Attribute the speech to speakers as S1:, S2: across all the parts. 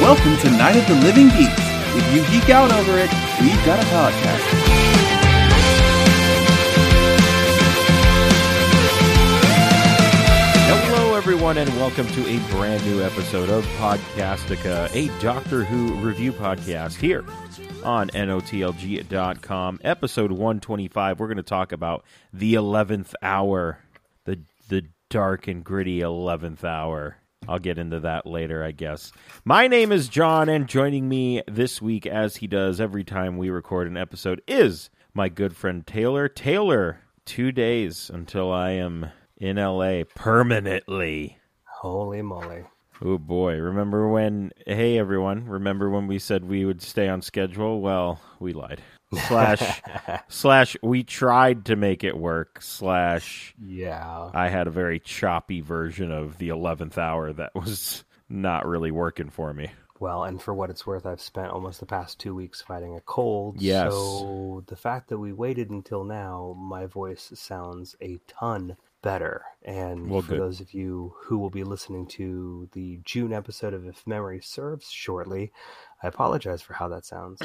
S1: welcome to Night of the Living Geeks. If you geek out over it, we've got a podcast.
S2: Hello, everyone, and welcome to a brand new episode of Podcastica, a Doctor Who review podcast here on NOTLG.com. Episode 125, we're going to talk about the 11th hour, the, the dark and gritty 11th hour. I'll get into that later, I guess. My name is John, and joining me this week, as he does every time we record an episode, is my good friend Taylor. Taylor, two days until I am in LA permanently.
S3: Holy moly.
S2: Oh boy, remember when hey everyone, remember when we said we would stay on schedule? Well, we lied. Slash slash we tried to make it work. Slash
S3: Yeah.
S2: I had a very choppy version of the 11th hour that was not really working for me.
S3: Well, and for what it's worth, I've spent almost the past two weeks fighting a cold.
S2: Yes.
S3: So the fact that we waited until now, my voice sounds a ton better. And
S2: Well,
S3: for
S2: good.
S3: those of you who will be listening to the June episode of If Memory Serves shortly, I apologize for how that sounds.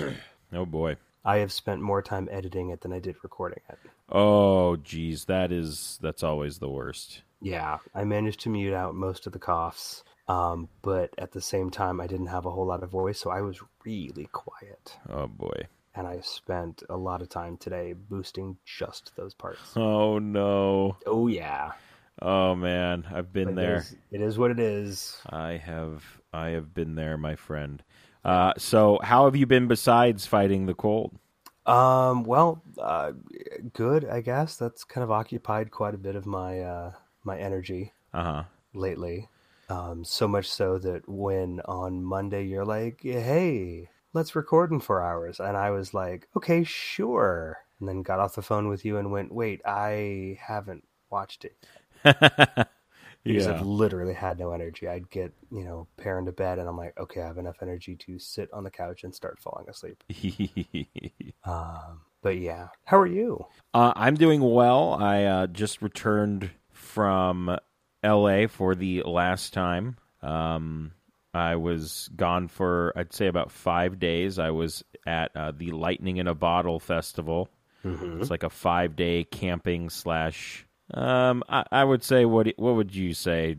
S2: Oh boy.
S3: I have spent more time editing it than I did recording it.
S2: Oh geez, that is that's always the worst.
S3: Yeah, I managed to mute out most of the coughs, um, but at the same time, I didn't have a whole lot of voice, so I was really quiet.
S2: Oh boy.
S3: And I spent a lot of time today boosting just those parts.
S2: Oh no.
S3: Oh, yeah.
S2: Oh man, I've been
S3: But
S2: there.
S3: It is, it is what it is.
S2: I have I have been there, my friend. Uh, so how have you been besides fighting the cold?
S3: Um, well, uh, good, I guess. That's kind of occupied quite a bit of my uh, my energy
S2: Uh huh.
S3: lately. Um, so much so that when on Monday you're like, hey, let's record in four hours. And I was like, okay, sure. And then got off the phone with you and went, wait, I haven't watched it. Because
S2: yeah.
S3: I've literally had no energy. I'd get, you know, pair into bed and I'm like, okay, I have enough energy to sit on the couch and start falling asleep. Um, but yeah, how are you?
S2: uh, I'm doing well. I uh, just returned from L.A. for the last time. Um, I was gone for I'd say about five days. I was at uh, the Lightning in a Bottle festival. It's like a five day camping slash. Um, I, I would say what what would you say?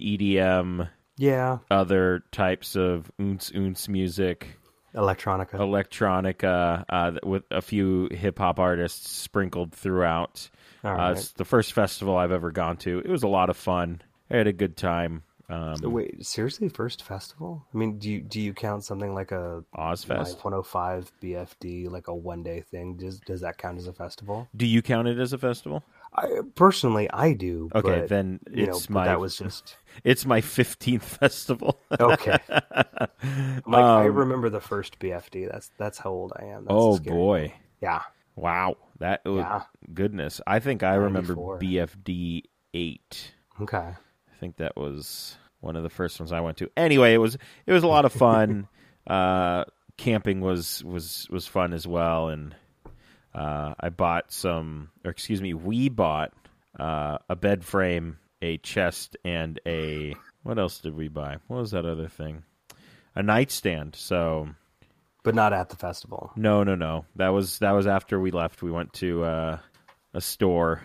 S2: EDM,
S3: Yeah,
S2: other types of oonce oonce music,
S3: electronica.
S2: electronica, uh, th- with a few hip hop artists sprinkled throughout.
S3: All
S2: Uh,
S3: right.
S2: It's the first festival I've ever gone to. It was a lot of fun. I had a good time. Um,
S3: Oh. Wait, seriously, first festival? I mean, do you do you count something like a
S2: Ozfest.
S3: Like 105 BFD, like a one day thing. Does does that count as a festival?
S2: Do you count it as a festival?
S3: I personally, I do.
S2: Okay,
S3: but,
S2: then
S3: you know,
S2: it's
S3: but
S2: my-
S3: that was just
S2: It's my fifteenth festival.
S3: okay. I'm like, I remember the first BFD. That's that's how old I am. That's
S2: Um, oh
S3: scary.
S2: boy!
S3: yeah,
S2: Wow, that was,
S3: Yeah.
S2: goodness. I think I remember
S3: 94.
S2: BFD eight.
S3: okay,
S2: I think that was one of the first ones I went to. Anyway, it was it was a lot of fun. uh, camping was was was fun as well, and uh, I bought some, or excuse me, we bought uh, a bed frame, a chest, and a what else did we buy? What was that other thing? A nightstand. So
S3: but not at the festival.
S2: no, no, no. That was that was after we left. We went to uh, a store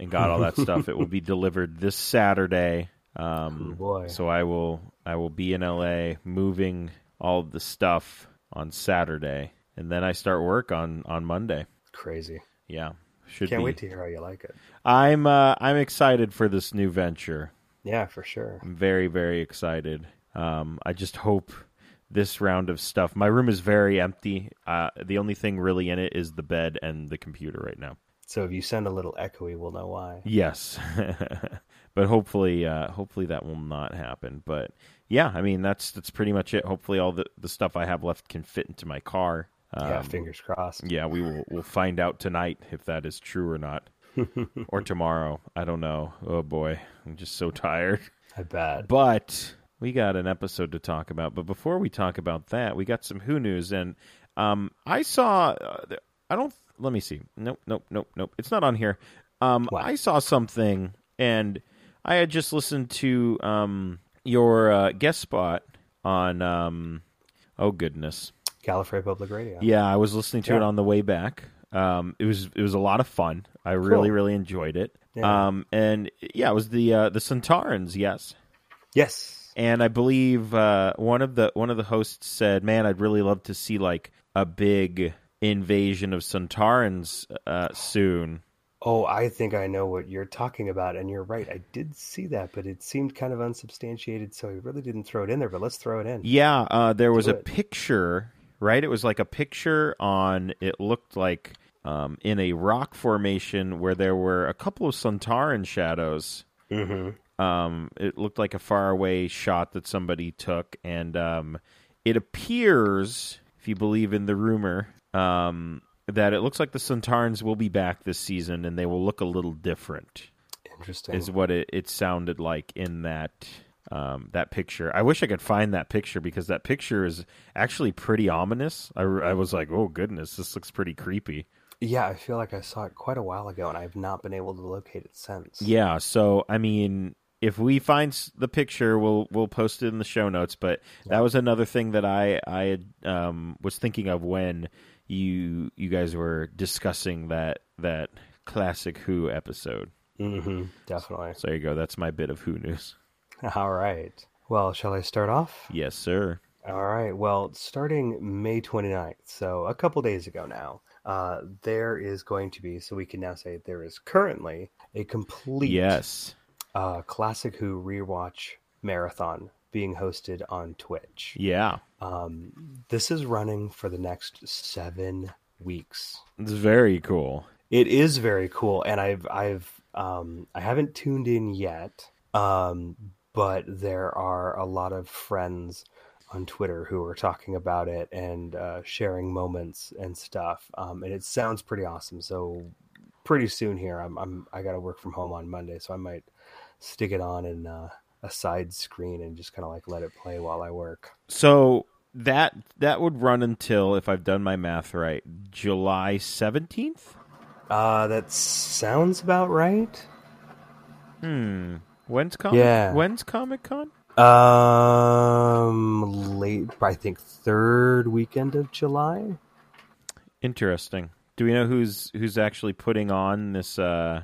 S2: and got all that stuff. It will be delivered this Saturday. Um,
S3: Oh, boy.
S2: So I will I will be in LA moving all of the stuff on Saturday, and then I start work on on Monday.
S3: Crazy.
S2: Yeah, should
S3: Can't
S2: be.
S3: wait to hear how you like it.
S2: I'm uh, I'm excited for this new venture.
S3: Yeah, for sure.
S2: I'm very, very excited. Um, I just hope this round of stuff. My room is very empty. Uh, the only thing really in it is the bed and the computer right now.
S3: So if you sound a little echoey, we'll know why.
S2: Yes, but hopefully, uh, hopefully that will not happen. But yeah, I mean that's that's pretty much it. Hopefully, all the, the stuff I have left can fit into my car. Um,
S3: yeah, fingers crossed.
S2: yeah, we will we'll find out tonight if that is true or not, or tomorrow. I don't know. Oh boy, I'm just so tired.
S3: I bet.
S2: But we got an episode to talk about. But before we talk about that, we got some Who news, and um, I saw. Uh, th- I don't. Let me see. Nope. Nope. Nope. Nope. It's not on here. Um,
S3: What?
S2: I saw something, and I had just listened to um your uh, guest spot on um Oh goodness.
S3: Gallifrey Public Radio.
S2: Yeah, I was listening to it
S3: Yeah.
S2: on the way back. Um, it was it was a lot of fun. I really really enjoyed it.
S3: Yeah.
S2: Um, and yeah, it was the uh, the Centaurans. Yes,
S3: Yes.
S2: and I believe uh, one of the one of the hosts said, "Man, I'd really love to see like a big invasion of Centaurans uh, soon."
S3: Oh, I think I know what you're talking about, and you're right. I did see that, but it seemed kind of unsubstantiated, so I really didn't throw it in there. But let's throw it in.
S2: Yeah, uh, there was
S3: Do
S2: a
S3: it.
S2: picture, right? It was like a picture on. It looked like um, in a rock formation where there were a couple of Centauran shadows.
S3: Mm-hmm.
S2: Um, it looked like a faraway shot that somebody took, and um, it appears, if you believe in the rumor, um, that it looks like the Centaurans will be back this season, and they will look a little different
S3: Interesting.
S2: is what it, it sounded like in that um, that picture. I wish I could find that picture because that picture is actually pretty ominous. I, I was like, oh goodness, this looks pretty creepy.
S3: Yeah, I feel like I saw it quite a while ago, and I've not been able to locate it since.
S2: Yeah. So I mean, if we find s- the picture, we'll we'll post it in the show notes. But that was another thing that I I had, um, was thinking of when you you guys were discussing that that classic Who episode.
S3: hmm Definitely.
S2: So there you go. That's my bit of Who news.
S3: All right. Well, shall I start off?
S2: Yes, sir.
S3: All right. Well, starting May 29th, so a couple days ago now, uh, there is going to be, so we can now say there is currently a complete
S2: Yes.
S3: uh, Classic Who rewatch marathon being hosted on Twitch.
S2: Yeah.
S3: Um, this is running for the next seven weeks.
S2: It's very cool.
S3: It is very cool, and I've I've um, I haven't tuned in yet, um, but there are a lot of friends on Twitter who are talking about it and uh, sharing moments and stuff, um, and it sounds pretty awesome. So pretty soon here, I'm, I'm I got to work from home on Monday, so I might stick it on in uh, a side screen and just kind of like let it play while I work.
S2: So that that would run until, if I've done my math right, July seventeenth.
S3: Uh, that sounds about right.
S2: Hmm. When's comic?
S3: Yeah.
S2: When's Comic Con?
S3: Um, late, I think third weekend of July.
S2: Interesting. Do we know who's who's actually putting on this? Uh,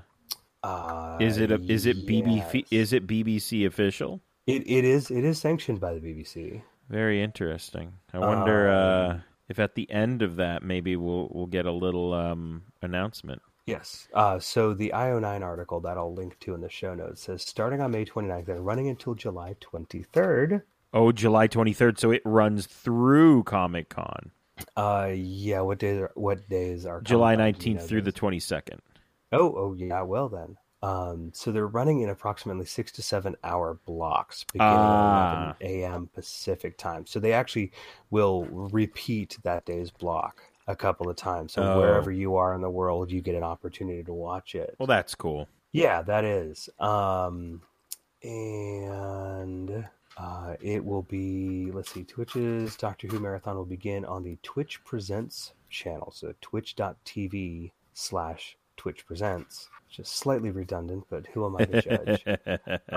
S3: Uh,
S2: is it a, is it BBC?
S3: yes.
S2: Is it BBC official?
S3: It it is it is sanctioned by the BBC.
S2: Very interesting. I
S3: Um,
S2: wonder uh, if at the end of that maybe we'll we'll get a little um, announcement.
S3: Yes. Uh, so the IO9 article that I'll link to in the show notes says starting on May 29th and running until July 23rd.
S2: Oh, July twenty third. So it runs through Comic Con,
S3: Uh, yeah. What days? Are, what days are
S2: July
S3: Comic-Con? Do you
S2: nineteenth
S3: know
S2: through the
S3: those?
S2: twenty second.
S3: Oh, oh yeah, well then. Um, so they're running in approximately six to seven hour blocks beginning
S2: Ah.
S3: at 11 a.m. Pacific time. So they actually will repeat that day's block a couple of times. So
S2: Oh.
S3: wherever you are in the world, you get an opportunity to watch it.
S2: Well, that's cool.
S3: Yeah, that is. Um, and uh, it will be, let's see, Twitch's Doctor Who Marathon will begin on the Twitch Presents channel. So twitch.tv slash Twitch Presents, which is slightly redundant, but who am I to judge? Um,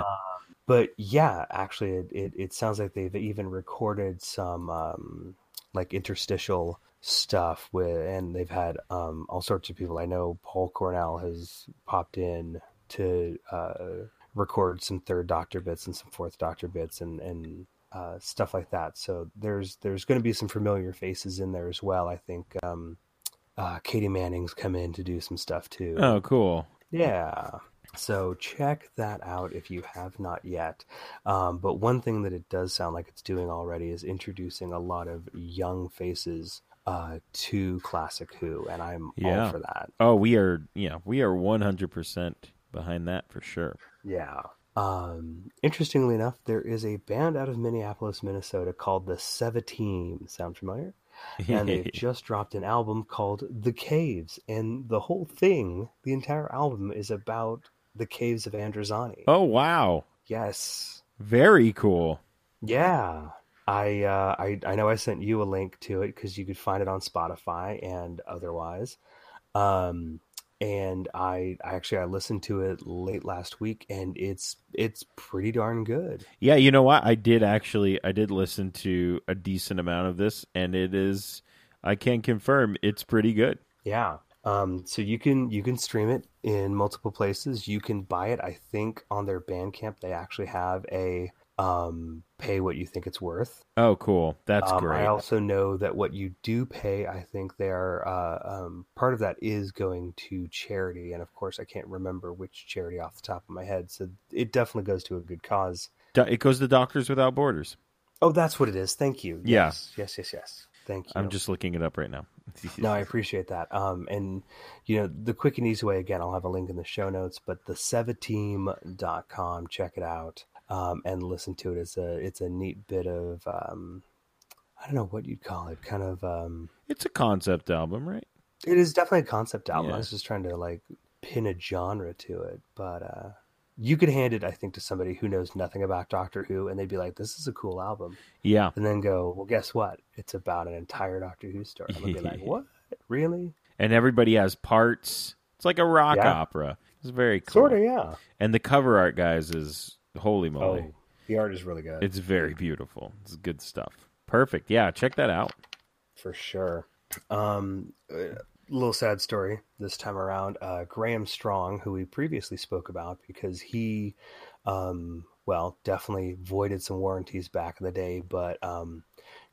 S3: but yeah, actually, it, it, it sounds like they've even recorded some um, like interstitial stuff with, and they've had um, all sorts of people. I know Paul Cornell has popped in to uh, record some third Doctor bits and some fourth Doctor bits and and uh, stuff like that. So there's there's going to be some familiar faces in there as well. I think um, uh, Katie Manning's come in to do some stuff too.
S2: oh, cool.
S3: Yeah. So check that out if you have not yet. Um, but one thing that it does sound like it's doing already is introducing a lot of young faces uh, to Classic Who, and I'm
S2: Yeah.
S3: all for that.
S2: Oh, we are. Yeah, we are one hundred percent behind that for sure.
S3: Yeah. Um, interestingly enough, there is a band out of Minneapolis, Minnesota called the Seventeen. Sound familiar? And they've just dropped an album called The Caves, and the whole thing, the entire album, is about the caves of Androzani.
S2: oh, wow.
S3: Yes.
S2: Very cool.
S3: Yeah. I, uh, I I know I sent you a link to it because you could find it on Spotify and otherwise. Um, and I, I actually I listened to it late last week, and it's it's pretty darn good.
S2: Yeah, you know what? I did actually I did listen to a decent amount of this and it is I can confirm it's pretty good.
S3: Yeah. Um, so you can you can stream it in multiple places. You can buy it. I think on their Bandcamp they actually have a um, pay what you think it's worth.
S2: Oh, cool. That's
S3: Um,
S2: great.
S3: I also know that what you do pay, I think they are uh, um, part of that is going to charity, and of course I can't remember which charity off the top of my head. So it definitely goes to a good cause.
S2: Do- It goes to Doctors Without Borders.
S3: Oh, that's what it is. Thank you.
S2: Yeah.
S3: Yes. Yes. Yes. Yes. Thank you.
S2: I'm just looking it up right now.
S3: No, I appreciate that. Um, and you know, the quick and easy way again, I'll have a link in the show notes, but the sevateam.com, check it out. Um, and listen to it. It's a, it's a neat bit of, um, I don't know what you'd call it kind of, um,
S2: It's a concept album, right?
S3: it is definitely a concept album.
S2: Yeah.
S3: I was just trying to like pin a genre to it, but, uh, you could hand it, I think, to somebody who knows nothing about Doctor Who, and they'd be like, "This is a cool album,"
S2: Yeah.
S3: and then go, "Well, guess what? It's about an entire Doctor Who story." I'm gonna be like, "What? Really?
S2: And everybody has parts. It's like a rock
S3: Yeah.
S2: opera. It's very cool.
S3: Sort of, yeah."
S2: And the cover art guys is holy moly.
S3: Oh, the art is really good
S2: It's very beautiful. It's good stuff. Perfect. Yeah, check that out.
S3: for sure. Um, a little sad story this time around. Uh, Graham Strong, who we previously spoke about, because he, um, well, definitely voided some warranties back in the day, but um,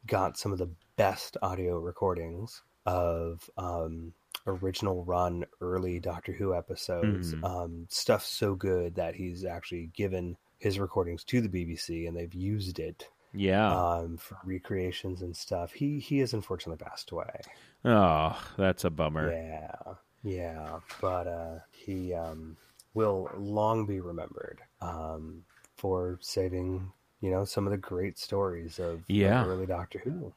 S3: got some of the best audio recordings of um, original run early Doctor Who episodes.
S2: Mhm.
S3: Um, stuff so good that he's actually given his recordings to the BBC and they've used it
S2: Yeah.
S3: um, for recreations and stuff. He he has unfortunately passed away.
S2: oh, that's a bummer.
S3: Yeah, yeah, but uh, he um, will long be remembered um, for saving you know some of the great stories of
S2: Yeah.
S3: of early Doctor Who.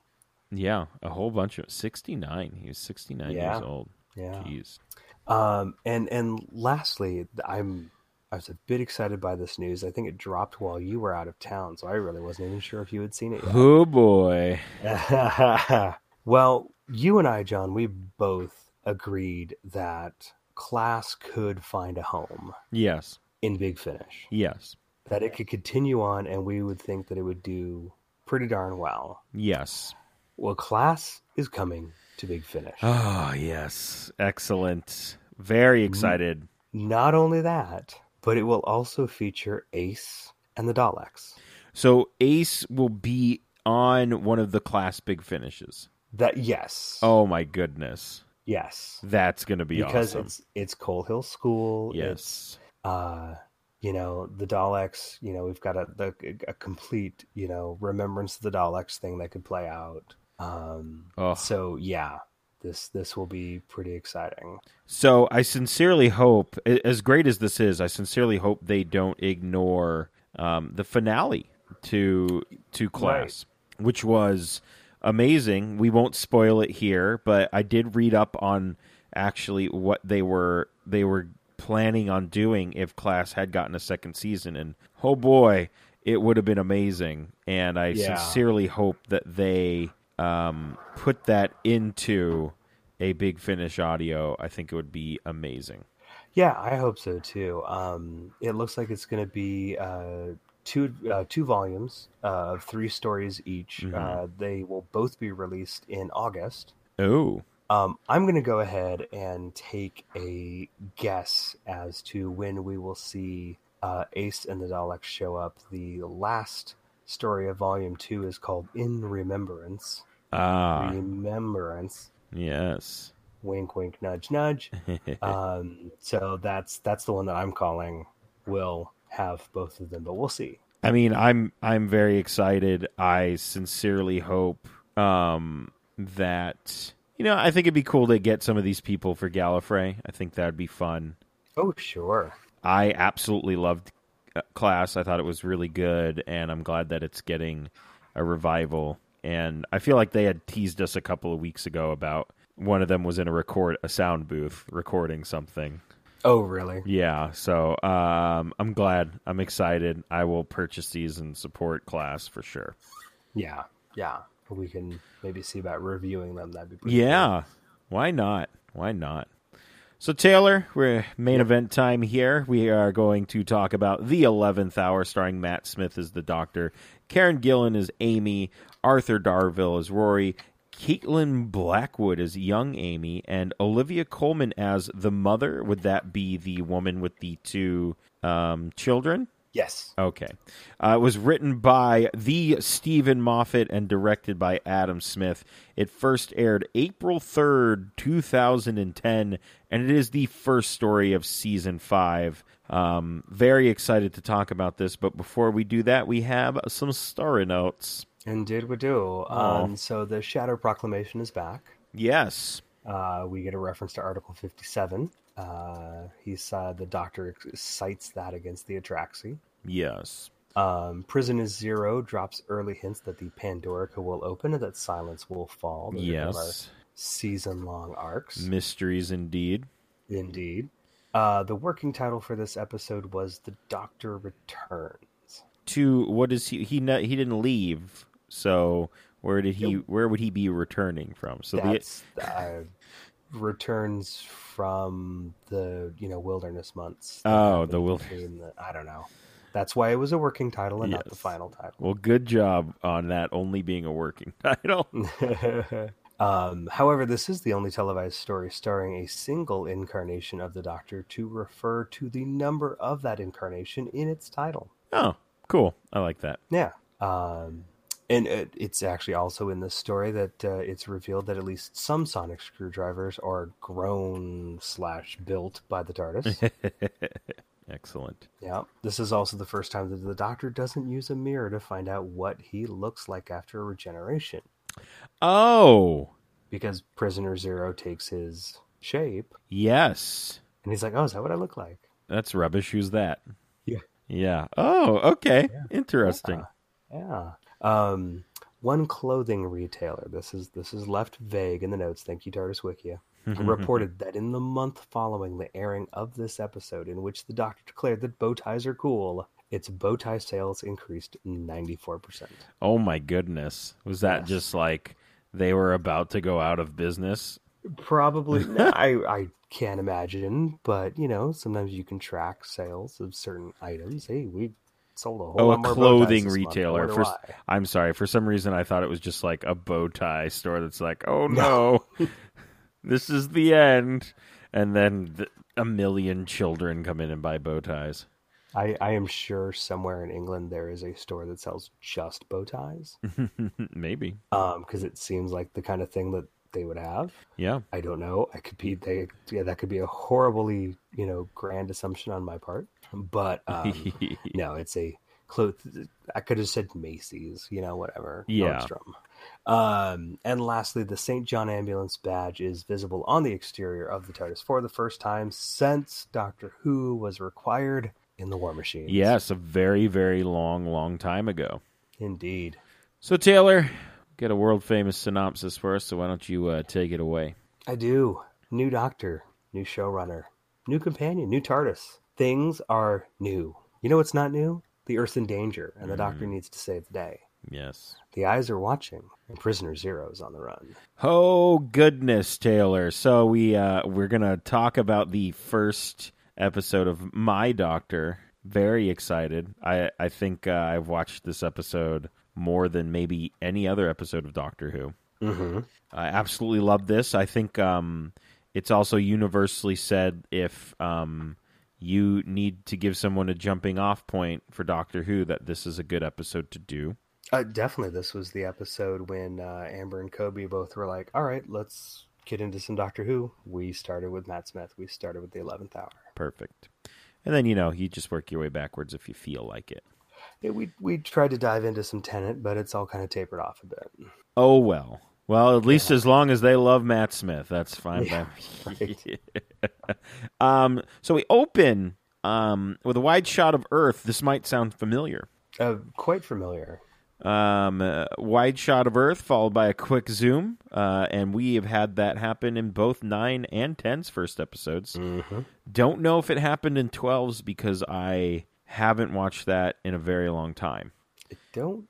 S2: Yeah, a whole bunch of 69. He was 69
S3: Yeah.
S2: years old.
S3: Yeah,
S2: Jeez.
S3: um, and and lastly, I'm. I was a bit excited by this news. I think it dropped while you were out of town, so I really wasn't even sure if you had seen it yet.
S2: Oh boy.
S3: well, you and I, John, we both agreed that class could find a home
S2: Yes.
S3: in Big Finish,
S2: Yes.
S3: that it could continue on, and we would think that it would do pretty darn well.
S2: Yes.
S3: Well, class is coming to Big Finish.
S2: Oh, yes. Excellent. Very
S3: Mm-hmm.
S2: excited.
S3: Not only that, but it will also feature Ace and the Daleks.
S2: So Ace will be on one of the class big finishes.
S3: That yes,
S2: Oh my goodness.
S3: yes,
S2: That's going to be
S3: because
S2: awesome.
S3: it's it's Coal Hill School.
S2: yes.
S3: it's- uh you know the daleks you know we've got a the, a complete you know remembrance of the daleks thing that could play out um
S2: Oh.
S3: so yeah this this will be pretty exciting
S2: So I sincerely hope, a- as great as this is, I sincerely hope they don't ignore um, the finale to to class, which was amazing. We won't spoil it here, but I did read up on actually what they were they were planning on doing if class had gotten a second season, and oh boy, it would have been amazing. And I
S3: Yeah.
S2: sincerely hope that they um, put that into a big finish audio, I think it would be amazing.
S3: yeah i hope so too um it looks like it's gonna be uh two uh, two volumes uh of three stories each
S2: Mhm.
S3: uh they will both be released in august
S2: Oh,
S3: Um, I'm going to go ahead and take a guess as to when we will see uh, Ace and the Daleks show up. The last story of Volume 2 is called In Remembrance.
S2: ah,
S3: Remembrance.
S2: yes.
S3: Wink, wink, nudge, nudge. um, so that's that's the one that I'm calling. Will have both of them, but we'll see.
S2: I mean, I'm I'm very excited. I sincerely hope um, that you know. I think it'd be cool to get some of these people for Gallifrey. I think that'd be fun.
S3: Oh, sure.
S2: I absolutely loved uh, Class. I thought it was really good, and I'm glad that it's getting a revival. And I feel like they had teased us a couple of weeks ago about one of them was in a record a sound booth recording something.
S3: Oh, really?
S2: Yeah, so um, I'm glad. I'm excited. I will purchase these and support Class for sure.
S3: Yeah, yeah. We can maybe see about reviewing them. That'd be pretty cool.
S2: Yeah, why not? Why not? So, Taylor, we're main event time here. We are going to talk about The 11th Hour, starring Matt Smith as the Doctor, Karen Gillan as Amy, Arthur Darville as Rory, Caitlin Blackwood as young Amy, and Olivia Coleman as the mother. Would that be the woman with the two um, children?
S3: Yes.
S2: Okay. Uh, it was written by the Stephen Moffat and directed by Adam Smith. It first aired April 3rd, 2010, and it is the first story of season five. Um, very excited to talk about this, but before we do that, we have some story notes.
S3: Indeed, we do. Um, so the Shadow Proclamation is back.
S2: Yes.
S3: Uh, we get a reference to Article 57. Uh, he said the doctor cites that against the Atraxi.
S2: Yes.
S3: Um, Prison is Zero drops early hints that the Pandorica will open and that silence will fall. Those are kind of our
S2: Yes.
S3: Season long arcs.
S2: Mysteries indeed.
S3: Indeed. Uh, the working title for this episode was The Doctor Returns.
S2: To what is he? He ne- he didn't leave. So where did he? Where would he be returning from? So the
S3: That's uh, returns from the you know wilderness months. that
S2: Oh,
S3: happened
S2: the wild-
S3: between the- I don't know. That's why it was a working title and not the
S2: Yes.
S3: final title.
S2: Well, good job on that only being a working title.
S3: um, however, this is the only televised story starring a single incarnation of the Doctor to refer to the number of that incarnation in its title.
S2: oh, cool. I like that.
S3: Yeah. Um, and it, it's actually also in this story that uh, it's revealed that at least some sonic screwdrivers are grown slash built by the TARDIS.
S2: Excellent.
S3: yeah. This is also the first time that the Doctor doesn't use a mirror to find out what he looks like after regeneration.
S2: Oh,
S3: because prisoner zero takes his shape
S2: yes.
S3: and he's like oh is that what i look like
S2: That's rubbish. Who's that?
S3: Yeah.
S2: Yeah. Oh, okay. Interesting.
S3: yeah um one clothing retailer this is this is left vague in the notes thank you tardis wikia reported that in the month following the airing of this episode in which the doctor declared that bow ties are cool its bow tie sales increased 94%
S2: Oh, my goodness. Was that
S3: Yes.
S2: just like they were about to go out of business?
S3: probably no, i i can't imagine but you know sometimes you can track sales of certain items hey we sold a whole
S2: Oh,
S3: lot
S2: a
S3: more bow ties
S2: clothing
S3: this month. I
S2: retailer.
S3: wonder
S2: For,
S3: why.
S2: I'm sorry. For some reason, I thought it was just like a bow tie store that's like, oh no, this is the end. And then th- a million children come in and buy bow ties.
S3: I, I am sure somewhere in England there is a store that sells just bow ties
S2: Maybe.
S3: because it seems like the kind of thing that they would have.
S2: Yeah.
S3: I don't know. I could be they yeah that could be a horribly you know grand assumption on my part, but um, no, it's a clothes. I could have said Macy's, you know, whatever.
S2: Yeah.
S3: Nordstrom. Um, and lastly, the St. John Ambulance badge is visible on the exterior of the TARDIS for the first time since Doctor Who was required in the War Machine.
S2: yes, a very, very long, long time ago.
S3: Indeed.
S2: So, Taylor, get a world famous synopsis for us. So, why don't you uh, take it away?
S3: I do. New doctor, new showrunner, new companion, new TARDIS. Things are new. You know what's not new? The Earth's in danger, and the doctor needs to save the day.
S2: Yes.
S3: The eyes are watching, and prisoner zero is on the run.
S2: Oh goodness, Taylor. So we uh we're going to talk about the first episode of My Doctor. Very excited. I I think uh, I've watched this episode more than maybe any other episode of Doctor Who.
S3: Mm-hmm.
S2: I absolutely love this. I think um, it's also universally said if um, you need to give someone a jumping off point for Doctor Who, that this is a good episode to do.
S3: Uh, definitely, this was the episode when uh, Amber and Kobe both were like, all right, let's get into some Doctor Who. We started with Matt Smith, we started with the 11th hour.
S2: Perfect. And then, you know, you just work your way backwards if you feel like it.
S3: Yeah, we, we tried to dive into some Tenant, but it's all kind of tapered off a bit.
S2: Oh, well. Well, at least as long as they love Matt Smith, that's fine by me. um, so we open um, with a wide shot of Earth. This might sound familiar.
S3: Uh, quite familiar.
S2: um, uh, wide shot of Earth followed by a quick zoom, uh, and we have had that happen in both nine and 10's first episodes. Don't know if it happened in 12's because I haven't watched that in a very long time.
S3: I don't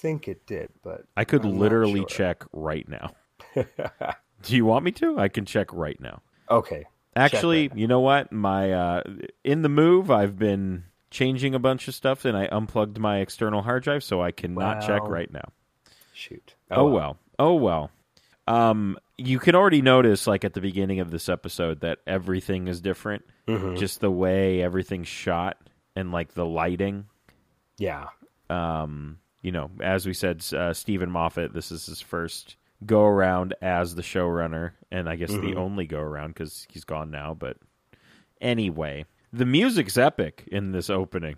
S3: think it did, but
S2: I could
S3: I'm not
S2: literally
S3: sure.
S2: check right now. Do you want me to? I can check right now.
S3: Okay,
S2: Actually, you know what? My uh, in the move, I've been changing a bunch of stuff, and I unplugged my external hard drive, so I cannot check
S3: Wow.
S2: right now.
S3: Shoot.
S2: Oh, well. Oh well. Um, you can already notice, like at the beginning of this episode, that everything is different.
S3: Mhm.
S2: Just the way everything's shot and like the lighting.
S3: Yeah.
S2: Um, you know, as we said, uh, Stephen Moffat. This is his first go around as the showrunner, and I guess the only go around because he's gone now. But anyway, the music's epic in this opening.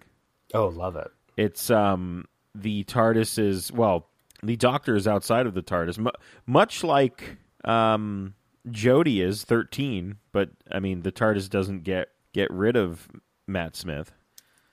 S3: Oh, love it.
S2: It's um the TARDIS is well, the Doctor is outside of the TARDIS, mu much like um Jody is thirteen, but I mean the TARDIS doesn't get get rid of Matt Smith.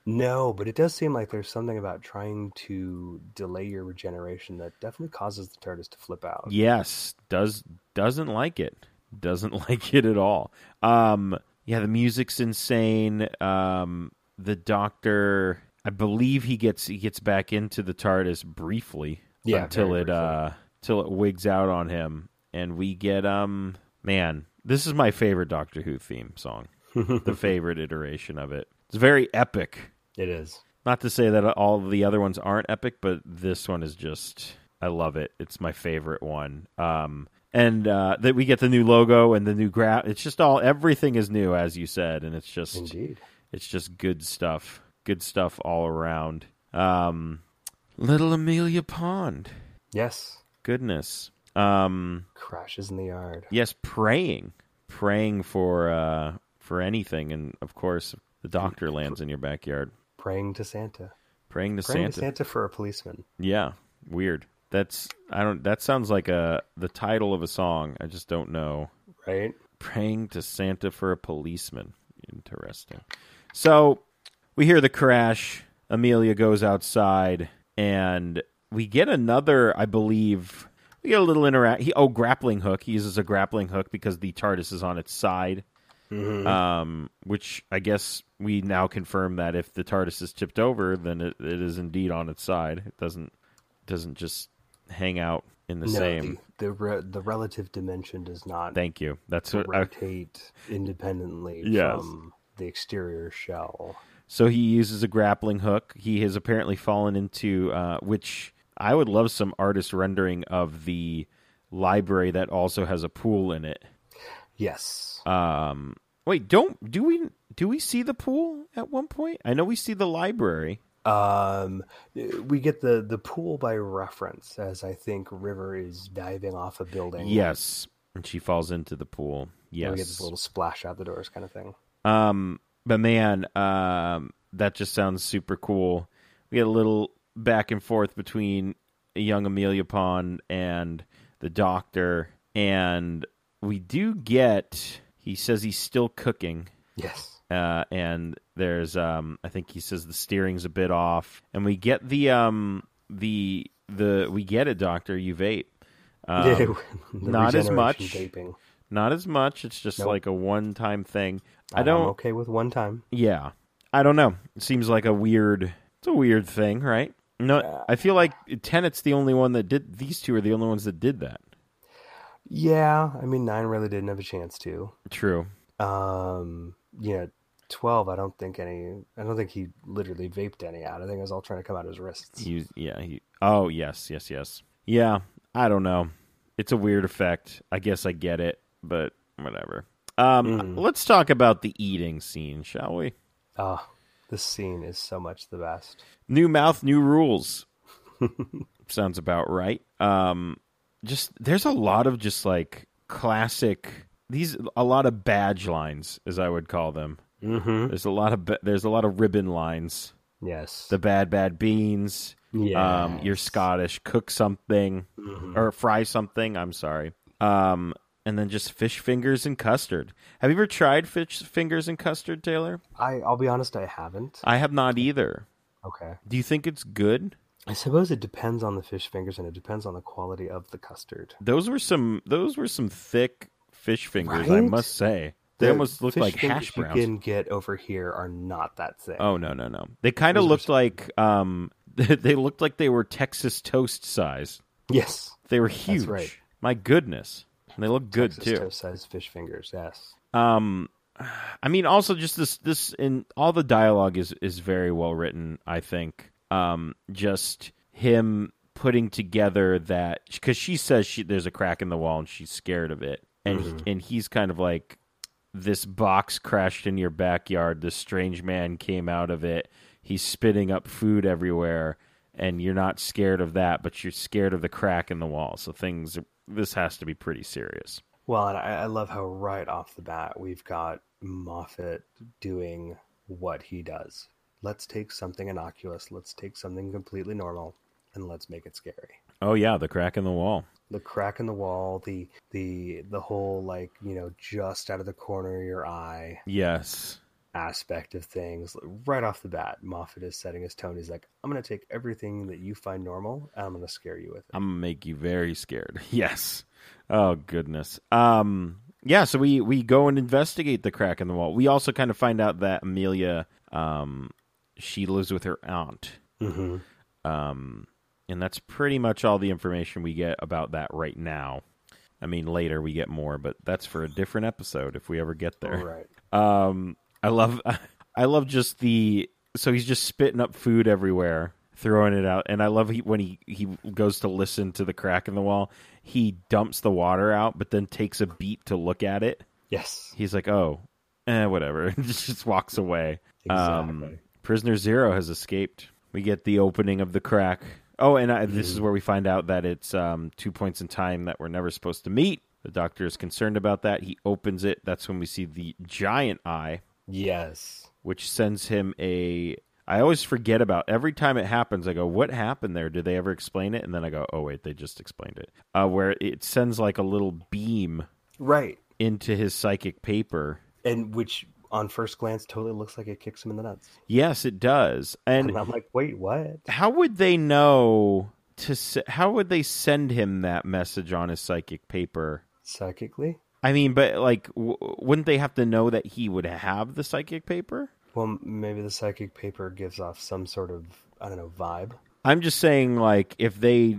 S3: No, but it does seem like there's something about trying to delay your regeneration that definitely causes the TARDIS to flip out.
S2: Yes, does doesn't like it, doesn't like it at all. Um, yeah, the music's insane. Um, the Doctor, I believe he gets he gets back into the TARDIS briefly.
S3: Yeah,
S2: until
S3: very
S2: it uh till it wigs out on him and we get um man this is my favorite doctor who theme song the favorite iteration of it it's very epic
S3: It is.
S2: not to say that all the other ones aren't epic but this one is just i love it it's my favorite one um and uh that we get the new logo and the new graph it's just all everything is new as you said and it's just
S3: Indeed.
S2: it's just good stuff. Good stuff all around. Um, little Amelia Pond.
S3: Yes.
S2: Goodness. Um,
S3: Crashes in the yard.
S2: yes, praying, praying for uh, for anything, and of course, the doctor lands in your backyard.
S3: Praying to Santa.
S2: Praying to
S3: Praying
S2: Santa.
S3: to Santa for a policeman.
S2: Yeah, weird. That's I don't. That sounds like a the title of a song. I just don't know.
S3: Right?
S2: praying to Santa for a policeman. Interesting. So we hear the crash. Amelia goes outside, and we get another, I believe, we get a little interact. He, oh, grappling hook. He uses a grappling hook because the TARDIS is on its side. Um, which I guess we now confirm that if the TARDIS is tipped over, then it, it is indeed on its side. It doesn't doesn't just hang out in the
S3: No,
S2: same.
S3: The, the, re- the relative dimension does not
S2: Thank you. That's what I,
S3: rotate independently
S2: Yes.
S3: from the exterior shell.
S2: So he uses a grappling hook. He has apparently fallen into, uh, which I would love some artist rendering of the library that also has a pool in it.
S3: Yes.
S2: Um, wait, don't do we do we see the pool at one point? I know we see the library.
S3: Um, we get the the pool by reference, as I think River is diving off a building.
S2: Yes, and she falls into the pool.
S3: And we get this
S2: Yes,
S3: little splash out the doors kind of thing.
S2: Um, but man, um, that just sounds super cool. We get a little back and forth between young Amelia Pond and the doctor, and we do get. He says he's still cooking,
S3: Yes.
S2: uh, and there's. Um, I think he says the steering's a bit off, and we get the um the the we get it, Doctor. You've ate. Um,
S3: The
S2: not as
S3: regeneration
S2: much.
S3: taping.
S2: Not as much. It's just
S3: Nope. Uh-huh.
S2: like a one time thing. I
S3: I'm
S2: don't.
S3: okay with one time.
S2: Yeah. I don't know. It seems like a weird it's a weird thing, right? No I feel like Tenet's the only one that did these two are the only ones that did that.
S3: Yeah, I mean nine really didn't have a chance to.
S2: True.
S3: Um, you know, twelve. I don't think any. I don't think he literally vaped any out. I think it was all trying to come out his wrists.
S2: He yeah, he Oh yes, yes, yes. Yeah, I don't know. It's a weird effect. I guess I get it, but whatever. Um let's talk about the eating scene, shall we?
S3: Ah, this scene is so much the best.
S2: New mouth, new rules. Sounds about right. Um, just there's a lot of just like classic these a lot of badge lines as I would call them.
S3: Mm-hmm.
S2: There's a lot of ba- there's a lot of ribbon lines.
S3: Yes.
S2: The bad bad beans. Um, you're
S3: Yes. Mm-hmm.
S2: Scottish. Cook something or fry something. I'm sorry. Um, and then just fish fingers and custard. Have you ever tried fish fingers and custard, Taylor?
S3: I. I'll be honest. I haven't.
S2: I have not either.
S3: Okay.
S2: Do you think it's good?
S3: I suppose it depends on the fish fingers and it depends on the quality of the custard.
S2: Those were some. Those were some thick fish fingers. I
S3: Right?
S2: must say, they
S3: The
S2: almost looked
S3: fish
S2: like
S3: fingers
S2: hash browns.
S3: You can get over here are not that thick.
S2: Oh no, no, no! They kind of looked like um, they looked like they were Texas toast size.
S3: Yes,
S2: They were huge.
S3: right.
S2: My goodness, and they look good
S3: Texas
S2: too.
S3: toast-sized fish fingers. Yes,
S2: Um, I mean, also just this this and all the dialogue is is very well written. I think um, just him putting together that because she says she there's a crack in the wall and she's scared of it, and he- and he's kind of like this box crashed in your backyard. This strange man came out of it. He's spitting up food everywhere, and you're not scared of that, but you're scared of the crack in the wall. So things this has to be pretty serious.
S3: Well, and I, I love how right off the bat we've got Moffat doing what he does. Let's take something innocuous. Let's take something completely normal, and let's make it scary.
S2: Oh yeah, the crack in the wall.
S3: The crack in the wall, the the the whole like you know just out of the corner of your eye
S2: Yes.
S3: aspect of things. Right off the bat, Moffat is setting his tone. He's like, "I'm going to take everything that you find normal, and I'm going to scare you with it."
S2: I'm gonna make you very scared. Yes. Oh goodness. Um. Yeah. So we we go and investigate the crack in the wall. We also kind of find out that Amelia, um, she lives with her aunt.
S3: Mm-hmm.
S2: Um, and that's pretty much all the information we get about that right now. I mean, later we get more, but that's for a different episode if we ever get there.
S3: Right.
S2: Um, I love, I love just the so he's just spitting up food everywhere, throwing it out, and I love he, when he he goes to listen to the crack in the wall. He dumps the water out, but then takes a beat to look at it.
S3: Yes.
S2: He's like, "Oh, eh, whatever," just walks away.
S3: Exactly.
S2: Um, Prisoner Zero has escaped. We get the opening of the crack. Oh, and I, this is where we find out that it's um, two points in time that we're never supposed to meet. The doctor is concerned about that. He opens it. That's when we see the giant eye
S3: Yes.
S2: which sends him a I always forget about every time it happens. I go, "What happened there? Did they ever explain it?" And then I go, "Oh wait, they just explained it." Uh, where it sends like a little beam
S3: Right.
S2: into his psychic paper.
S3: and which on first glance totally looks like it kicks him in the nuts.
S2: Yes, it does. And
S3: And I'm like, wait, what?
S2: how would they know to? s how would they send him that message on his psychic paper?
S3: Psychically?
S2: I mean, but like, w- wouldn't they have to know that he would have the psychic paper?
S3: Well, m- maybe the psychic paper gives off some sort of I don't know vibe.
S2: I'm just saying, like, if they,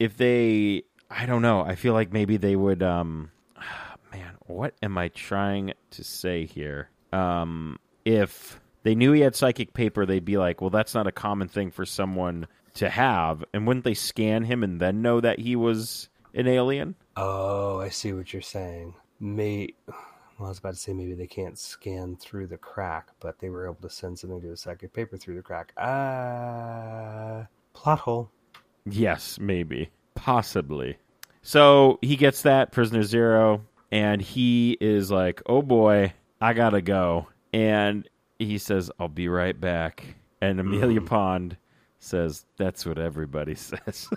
S2: if they, I don't know. I feel like maybe they would. Um, man, what am I trying to say here? Um, if they knew he had psychic paper, they'd be like, well, that's not a common thing for someone to have, and wouldn't they scan him and then know that he was an alien?
S3: Oh, I see what you're saying. May well, I was about to say maybe they can't scan through the crack, but they were able to send something to the psychic paper through the crack. Ah, plot hole.
S2: Yes, maybe. Possibly. So he gets that, prisoner zero, and he is like, oh boy, I gotta go. And he says, I'll be right back. And Amelia Pond says, that's what everybody says.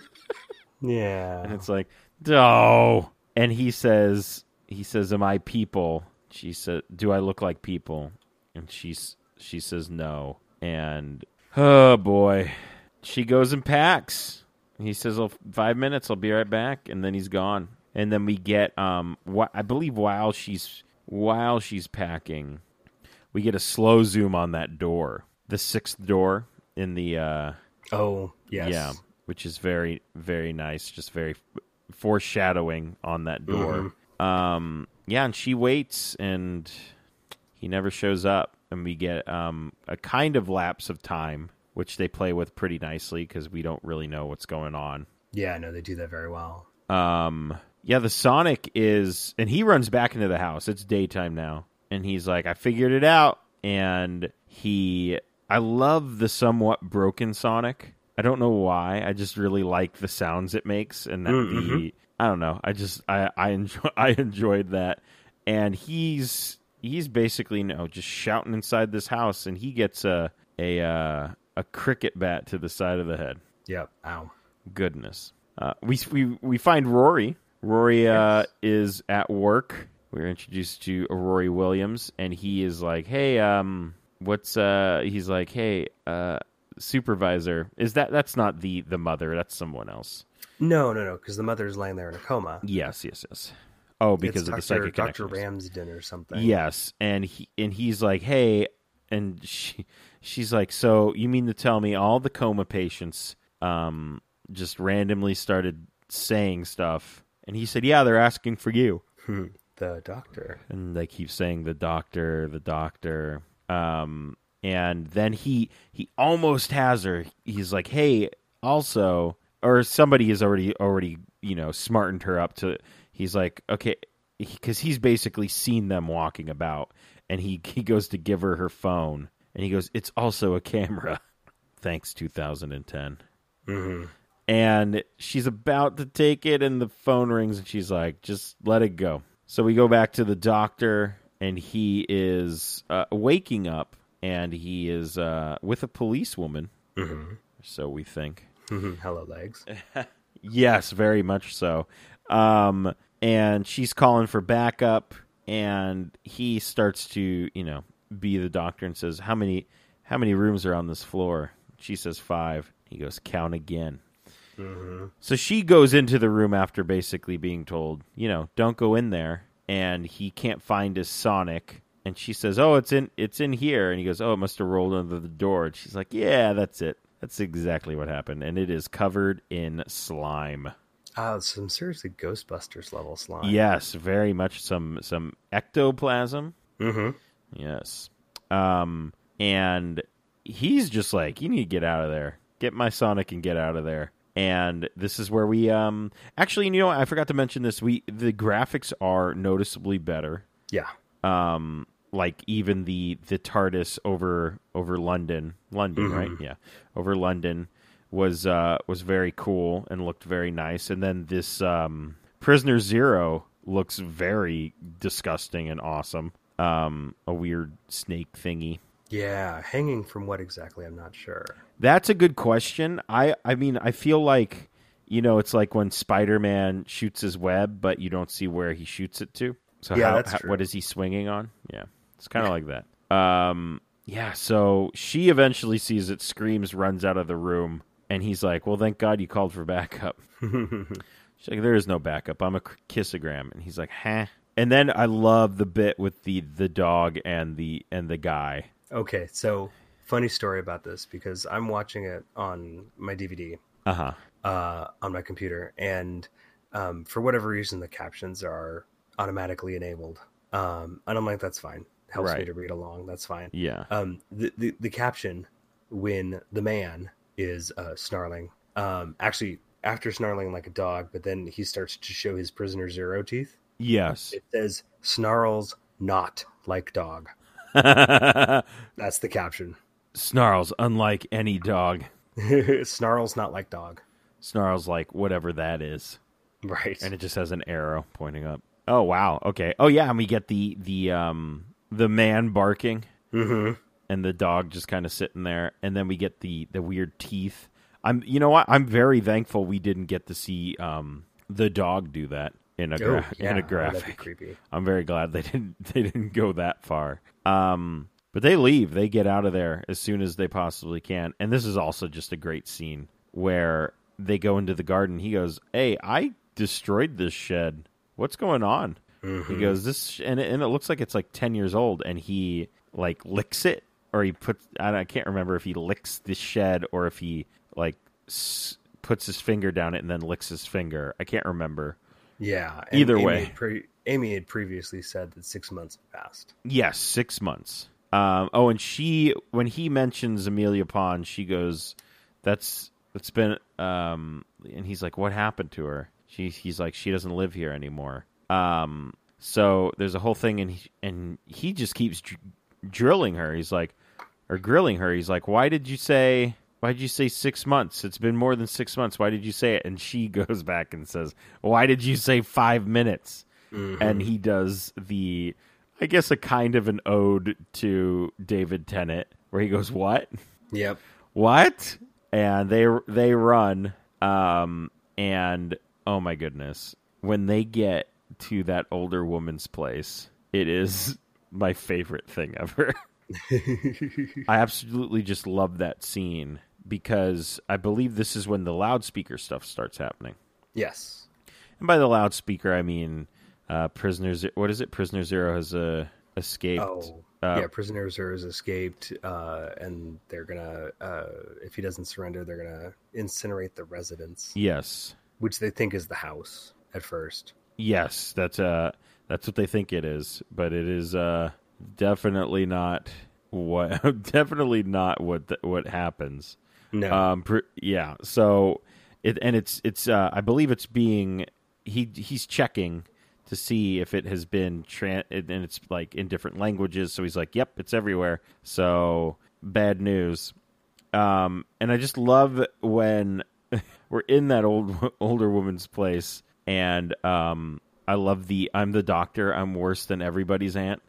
S2: and
S3: Yeah.
S2: it's like, no. And he says, he says, am I people? She said, do I look like people? And she's, she says, no. And oh boy, she goes and packs. He says, well, five minutes, I'll be right back. And then he's gone. And then we get, um, wh- I believe while she's, while she's packing, we get a slow zoom on that door, the sixth door in the, uh,
S3: Oh, yes.
S2: yeah, which is very very nice, just very f- foreshadowing on that door. Um yeah, and she waits and he never shows up and we get um a kind of lapse of time which they play with pretty nicely cuz we don't really know what's going on.
S3: Yeah, no, they do that very well.
S2: Um, yeah, the Sonic is, and he runs back into the house. It's daytime now, and he's like, "I figured it out." And he, I love the somewhat broken Sonic. I don't know why. I just really like the sounds it makes, and that the, I don't know. I just, I, I enjoy, I enjoyed that. And he's, he's basically you know, just shouting inside this house, and he gets a, a, uh, a cricket bat to the side of the head
S3: Yep. Ow.
S2: goodness. Uh, we, we we find Rory. Rory uh, is at work. We're introduced to Rory Williams, and he is like, "Hey, um, what's uh?" He's like, "Hey, uh, supervisor, is that that's not the the mother? That's someone else."
S3: No, no, no, because the mother's laying there in a coma.
S2: Yes, yes, yes. Oh, because
S3: It's
S2: of the
S3: Dr.
S2: psychic
S3: Dr.
S2: connections.
S3: Ramsden or something.
S2: Yes, and he and he's like, "Hey," and she she's like, "So you mean to tell me all the coma patients um just randomly started saying stuff?" And he said, "Yeah, they're asking for you."
S3: The doctor.
S2: and they keep saying the doctor, the doctor. Um, and then he he almost has her. He's like, "Hey, also," or somebody has already already you know smartened her up to. He's like, "Okay," because he's basically seen them walking about, and he he goes to give her her phone, and he goes, "It's also a camera." Thanks, 2010 and she's about to take it and the phone rings and she's like just let it go so we go back to the doctor and he is uh, waking up and he is uh, with a policewoman so we think
S3: Mm-hmm, Hello, legs.
S2: Eh. Yes, very much so. Um, and she's calling for backup, and he starts to, you know, be the doctor and says, "How many, how many rooms are on this floor?" She says five. He goes, "Count again." So she goes into the room after basically being told, you know, don't go in there. And he can't find his Sonic. And she says, "Oh, it's in, it's in here." And he goes, "Oh, it must have rolled under the door." And she's like, "Yeah, that's it. That's exactly what happened." And it is covered in slime.
S3: Oh, some seriously Ghostbusters level slime.
S2: Yes, very much some some ectoplasm.
S3: Mm-hmm.
S2: Yes. Um and he's just like, you need to get out of there. Get my Sonic and get out of there. And this is where we um actually, you know, what? I forgot to mention this. We the graphics are noticeably better.
S3: Yeah.
S2: Um like even the the TARDIS over over London, London, right? Yeah. Over London was uh was very cool and looked very nice. And then this um Prisoner Zero looks very disgusting and awesome. Um a weird snake thingy.
S3: Yeah. Hanging from what exactly? I'm not sure.
S2: That's a good question. I I mean, I feel like you know, it's like when Spider-Man shoots his web, but you don't see where he shoots it to. So
S3: Yeah,
S2: how,
S3: that's
S2: how-
S3: true.
S2: what is he swinging on? Yeah. It's kind of like that. Um yeah, so she eventually sees it, screams, runs out of the room, and he's like, "Well, thank God you called for backup." She's like, "There is no backup. I'm a k- kissogram," and he's like, "Huh." And then I love the bit with the the dog and the and the guy.
S3: Okay. So, funny story about this because I'm watching it on my DVD
S2: Uh huh.
S3: uh, on my computer, and um, for whatever reason, the captions are automatically enabled. Um, and I'm like, that's fine. Helps me
S2: Right.
S3: to read along. That's fine.
S2: Yeah.
S3: Um, the, the the caption when the man is uh, snarling, um, actually after snarling like a dog, but then he starts to show his prisoner zero teeth.
S2: Yes.
S3: It says snarls not like dog. That's the caption.
S2: snarls unlike any dog
S3: snarls not like dog.
S2: snarls like whatever that is
S3: Right.
S2: and it just has an arrow pointing up oh wow okay oh yeah and we get the the um the man barking
S3: Mhm.
S2: and the dog just kind of sitting there and then we get the the weird teeth i'm you know what i'm very thankful we didn't get to see um the dog do that in a, gra-
S3: yeah.
S2: in a
S3: Oh, that'd be
S2: graphic
S3: creepy.
S2: I'm very glad they didn't they didn't go that far. Um, but they leave. They get out of there as soon as they possibly can. And this is also just a great scene where they go into the garden. He goes, "Hey, I destroyed this shed. What's going on?" He goes, "This sh- and it, and it looks like it's like ten years old." And he like licks it, or he puts I, don't- I can't remember if he licks the shed or if he like s- puts his finger down it and then licks his finger. I can't remember.
S3: Yeah. and
S2: Either
S3: Amy
S2: way.
S3: had pre- Amy had previously said that six months had passed.
S2: Yes, six months. Um, oh, and she when he mentions Amelia Pond, she goes, "That's that's been." Um, and he's like, "What happened to her?" She he's like, "She doesn't live here anymore." Um, so there's a whole thing, and he, and he just keeps dr- drilling her. He's like, or grilling her. He's like, "Why did you say?" Why did you say six months? It's been more than six months. Why did you say it? And she goes back and says, Why did you say five minutes? and he does the I guess a kind of an ode to David Tennant where he goes, "What?
S3: Yep.
S2: What?" And they they run um and oh my goodness, when they get to that older woman's place, it is my favorite thing ever. I absolutely just love that scene because I believe this is when the loudspeaker stuff starts happening.
S3: Yes.
S2: And by the loudspeaker, I mean uh, prisoner. Ze- What is it? Prisoner zero has uh, escaped.
S3: Oh,
S2: Uh,
S3: yeah. Prisoner Zero has escaped, uh, and they're gonna. Uh, if he doesn't surrender, they're gonna incinerate the residence,
S2: Yes,
S3: which they think is the house at first.
S2: yes. That's uh, That's what they think it is, but it is uh, definitely not what definitely not what th- what happens.
S3: No.
S2: Um, pr- yeah. So, it and it's it's uh, I believe it's being he he's checking to see if it has been tran and and it's like in different languages. So he's like, "Yep, it's everywhere." So bad news. Um, and I just love when we're in that old older woman's place, and um, I love the I'm the doctor. I'm worse than everybody's aunt.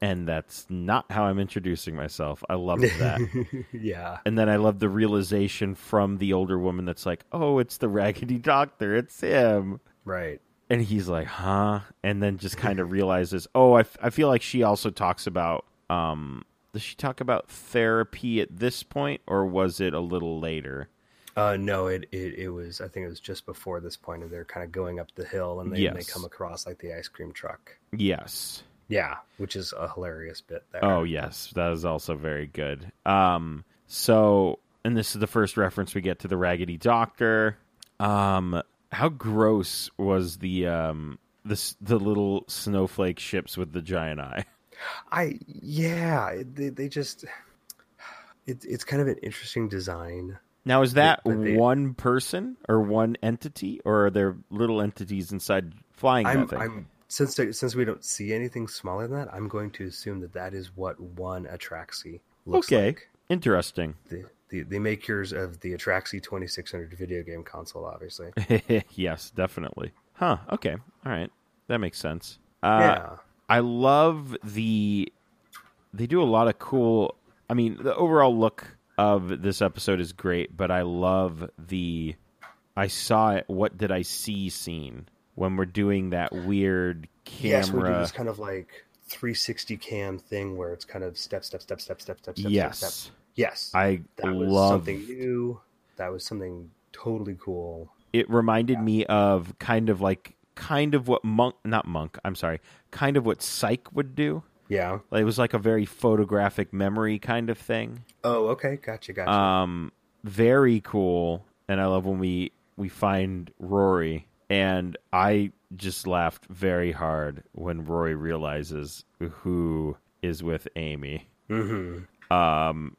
S2: And that's not how I'm introducing myself. I love that.
S3: yeah.
S2: And then I love the realization from the older woman that's like, oh, it's the raggedy doctor. It's him.
S3: Right.
S2: And he's like, huh? And then just kind of realizes, oh, I, f- I feel like she also talks about, um, does she talk about therapy at this point or was it a little later?
S3: Uh, no, it, it it was. I think it was just before this point, and they're kind of going up the hill, and they, and they
S2: Yes.
S3: come across like the ice cream truck.
S2: Yes.
S3: Yeah, which is a hilarious bit there.
S2: Oh yes, that is also very good. Um, so and this is the first reference we get to the Raggedy Doctor. Um, how gross was the um the s- the little snowflake ships with the giant eye?
S3: I yeah, it- they they just it, it's kind of an interesting design.
S2: Now is that
S3: But they-
S2: one person or one entity, or are there little entities inside flying
S3: I'm
S2: that thing?
S3: I'm since they, since we don't see anything smaller than that, I'm going to assume that that is what one Atraxi looks
S2: okay,
S3: like.
S2: interesting.
S3: The, the the makers of the Atraxi 2600 video game console, obviously.
S2: yes, definitely. Huh. Okay. All right. That makes sense. Uh,
S3: yeah,
S2: I love the they do a lot of cool I mean the overall look of this episode is great, but I love the I saw it what did I see scene when we're doing that weird
S3: yes, we do
S2: camera
S3: this kind of like 360 cam thing where it's kind of step, step, step, step, step, step, step, step,
S2: Yes.
S3: step. Yes,
S2: I
S3: that was
S2: love
S3: something new. That was something totally cool.
S2: it reminded me of kind of like kind of what monk not monk, I'm sorry, kind of what psych would do.
S3: Yeah.
S2: Like, It was like a very photographic memory kind of thing.
S3: Oh, okay. Gotcha. Gotcha.
S2: um very cool and i love when we we find rory and i just laughed very hard when rory realizes who is with amy
S3: mm-hmm.
S2: um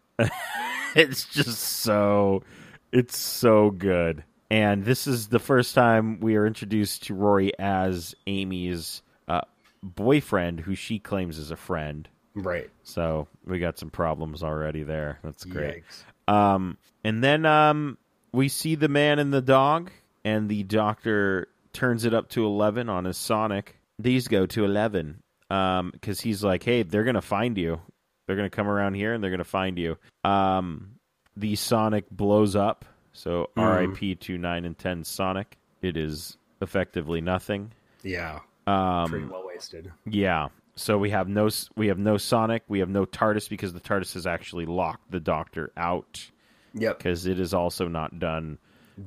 S2: it's just so it's so good and this is the first time we are introduced to rory as amy's uh, boyfriend who she claims is a friend
S3: Right.
S2: so we got some problems already there that's great
S3: Yikes.
S2: um, and then um, we see the man and the dog, and the doctor turns it up to 11 on his Sonic. These go to 11 because he's like, hey, they're going to find you. They're going to come around here and they're going to find you. Um, the Sonic blows up. So RIP to 9 and 10 Sonic. It is effectively nothing.
S3: Yeah.
S2: Um,
S3: Pretty well wasted.
S2: yeah. So we have no we have no Sonic, we have no TARDIS because the TARDIS has actually locked the Doctor out
S3: Yep.
S2: because it is also not done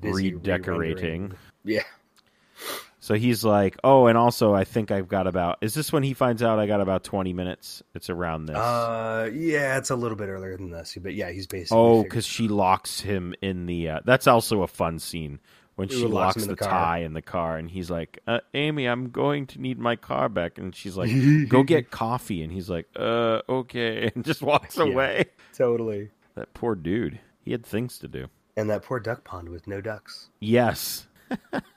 S3: Busy
S2: redecorating.
S3: re-rendering. Yeah.
S2: So he's like, "Oh, and also, I think I've got about." Is this when he finds out I got about twenty minutes? It's around this.
S3: Uh. Yeah. It's a little bit earlier than this, but yeah, he's basically.
S2: oh,
S3: figured-
S2: because she locks him in the. Uh, that's also a fun scene when she
S3: Ooh,
S2: locks,
S3: locks him in
S2: the,
S3: the car.
S2: tie in the car, and he's like, uh, "Amy, I'm going to need my car back," and she's like, "Go get coffee," and he's like, "Uh, okay," and just walks away.
S3: totally.
S2: That poor dude. He had things to do.
S3: And that poor duck pond with no ducks.
S2: Yes,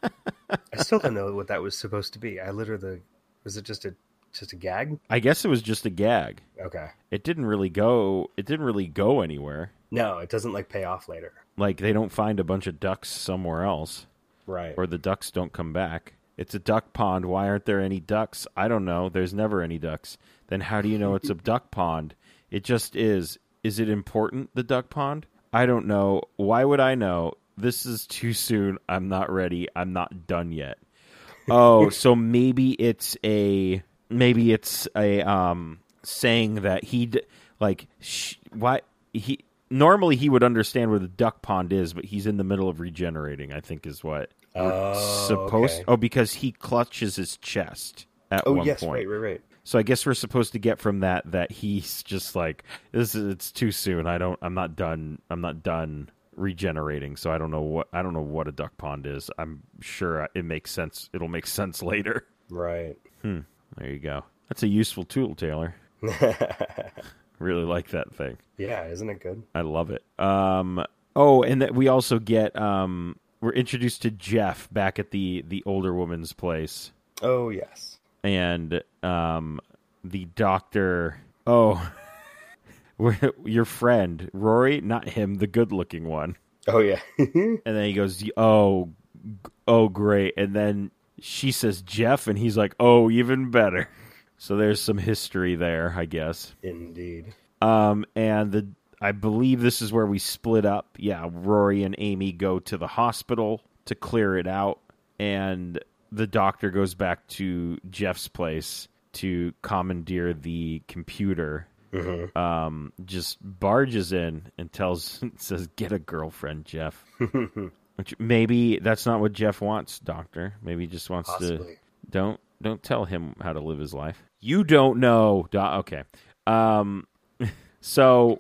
S3: I still don't know what that was supposed to be. I literally was it just a just a gag?
S2: I guess it was just a gag.
S3: Okay.
S2: It didn't really go. It didn't really go anywhere.
S3: No, it doesn't like pay off later.
S2: like they don't find a bunch of ducks somewhere else
S3: Right.
S2: or the ducks don't come back it's a duck pond why aren't there any ducks i don't know there's never any ducks then how do you know it's a duck pond it just is is it important the duck pond i don't know why would i know this is too soon i'm not ready i'm not done yet oh so maybe it's a maybe it's a um saying that he d- like sh- why he normally he would understand where the duck pond is but he's in the middle of regenerating i think is what we're
S3: Oh,
S2: supposed
S3: okay.
S2: oh because he clutches his chest at one
S3: Oh yes,
S2: point
S3: right, right, right.
S2: so i guess we're supposed to get from that that he's just like this is it's too soon i don't i'm not done i'm not done regenerating so i don't know what i don't know what a duck pond is i'm sure it makes sense it'll make sense later
S3: Right.
S2: There you go. That's a useful tool, Taylor.
S3: yeah,
S2: Really like that thing.
S3: isn't it good?
S2: I love it. Um, oh, and that we also get um, we're introduced to Jeff back at the the older woman's place,
S3: Oh yes.
S2: and um, the doctor. Oh, we're- your friend Rory, not him, the good looking one.
S3: Oh yeah.
S2: And then he goes, "Oh, g- oh, great!" And then she says Jeff, and he's like, "Oh, even better." So there's some history there, I guess.
S3: Indeed.
S2: Um, and the I believe this is where we split up. Yeah, Rory and Amy go to the hospital to clear it out, and the doctor goes back to Jeff's place to commandeer the computer. Um, just barges in and tells says, "Get a girlfriend, Jeff." Which maybe that's not what Jeff wants, Doctor. Maybe he just wants to
S3: Possibly.
S2: don't don't tell him how to live his life. You don't know. Do- okay. Um so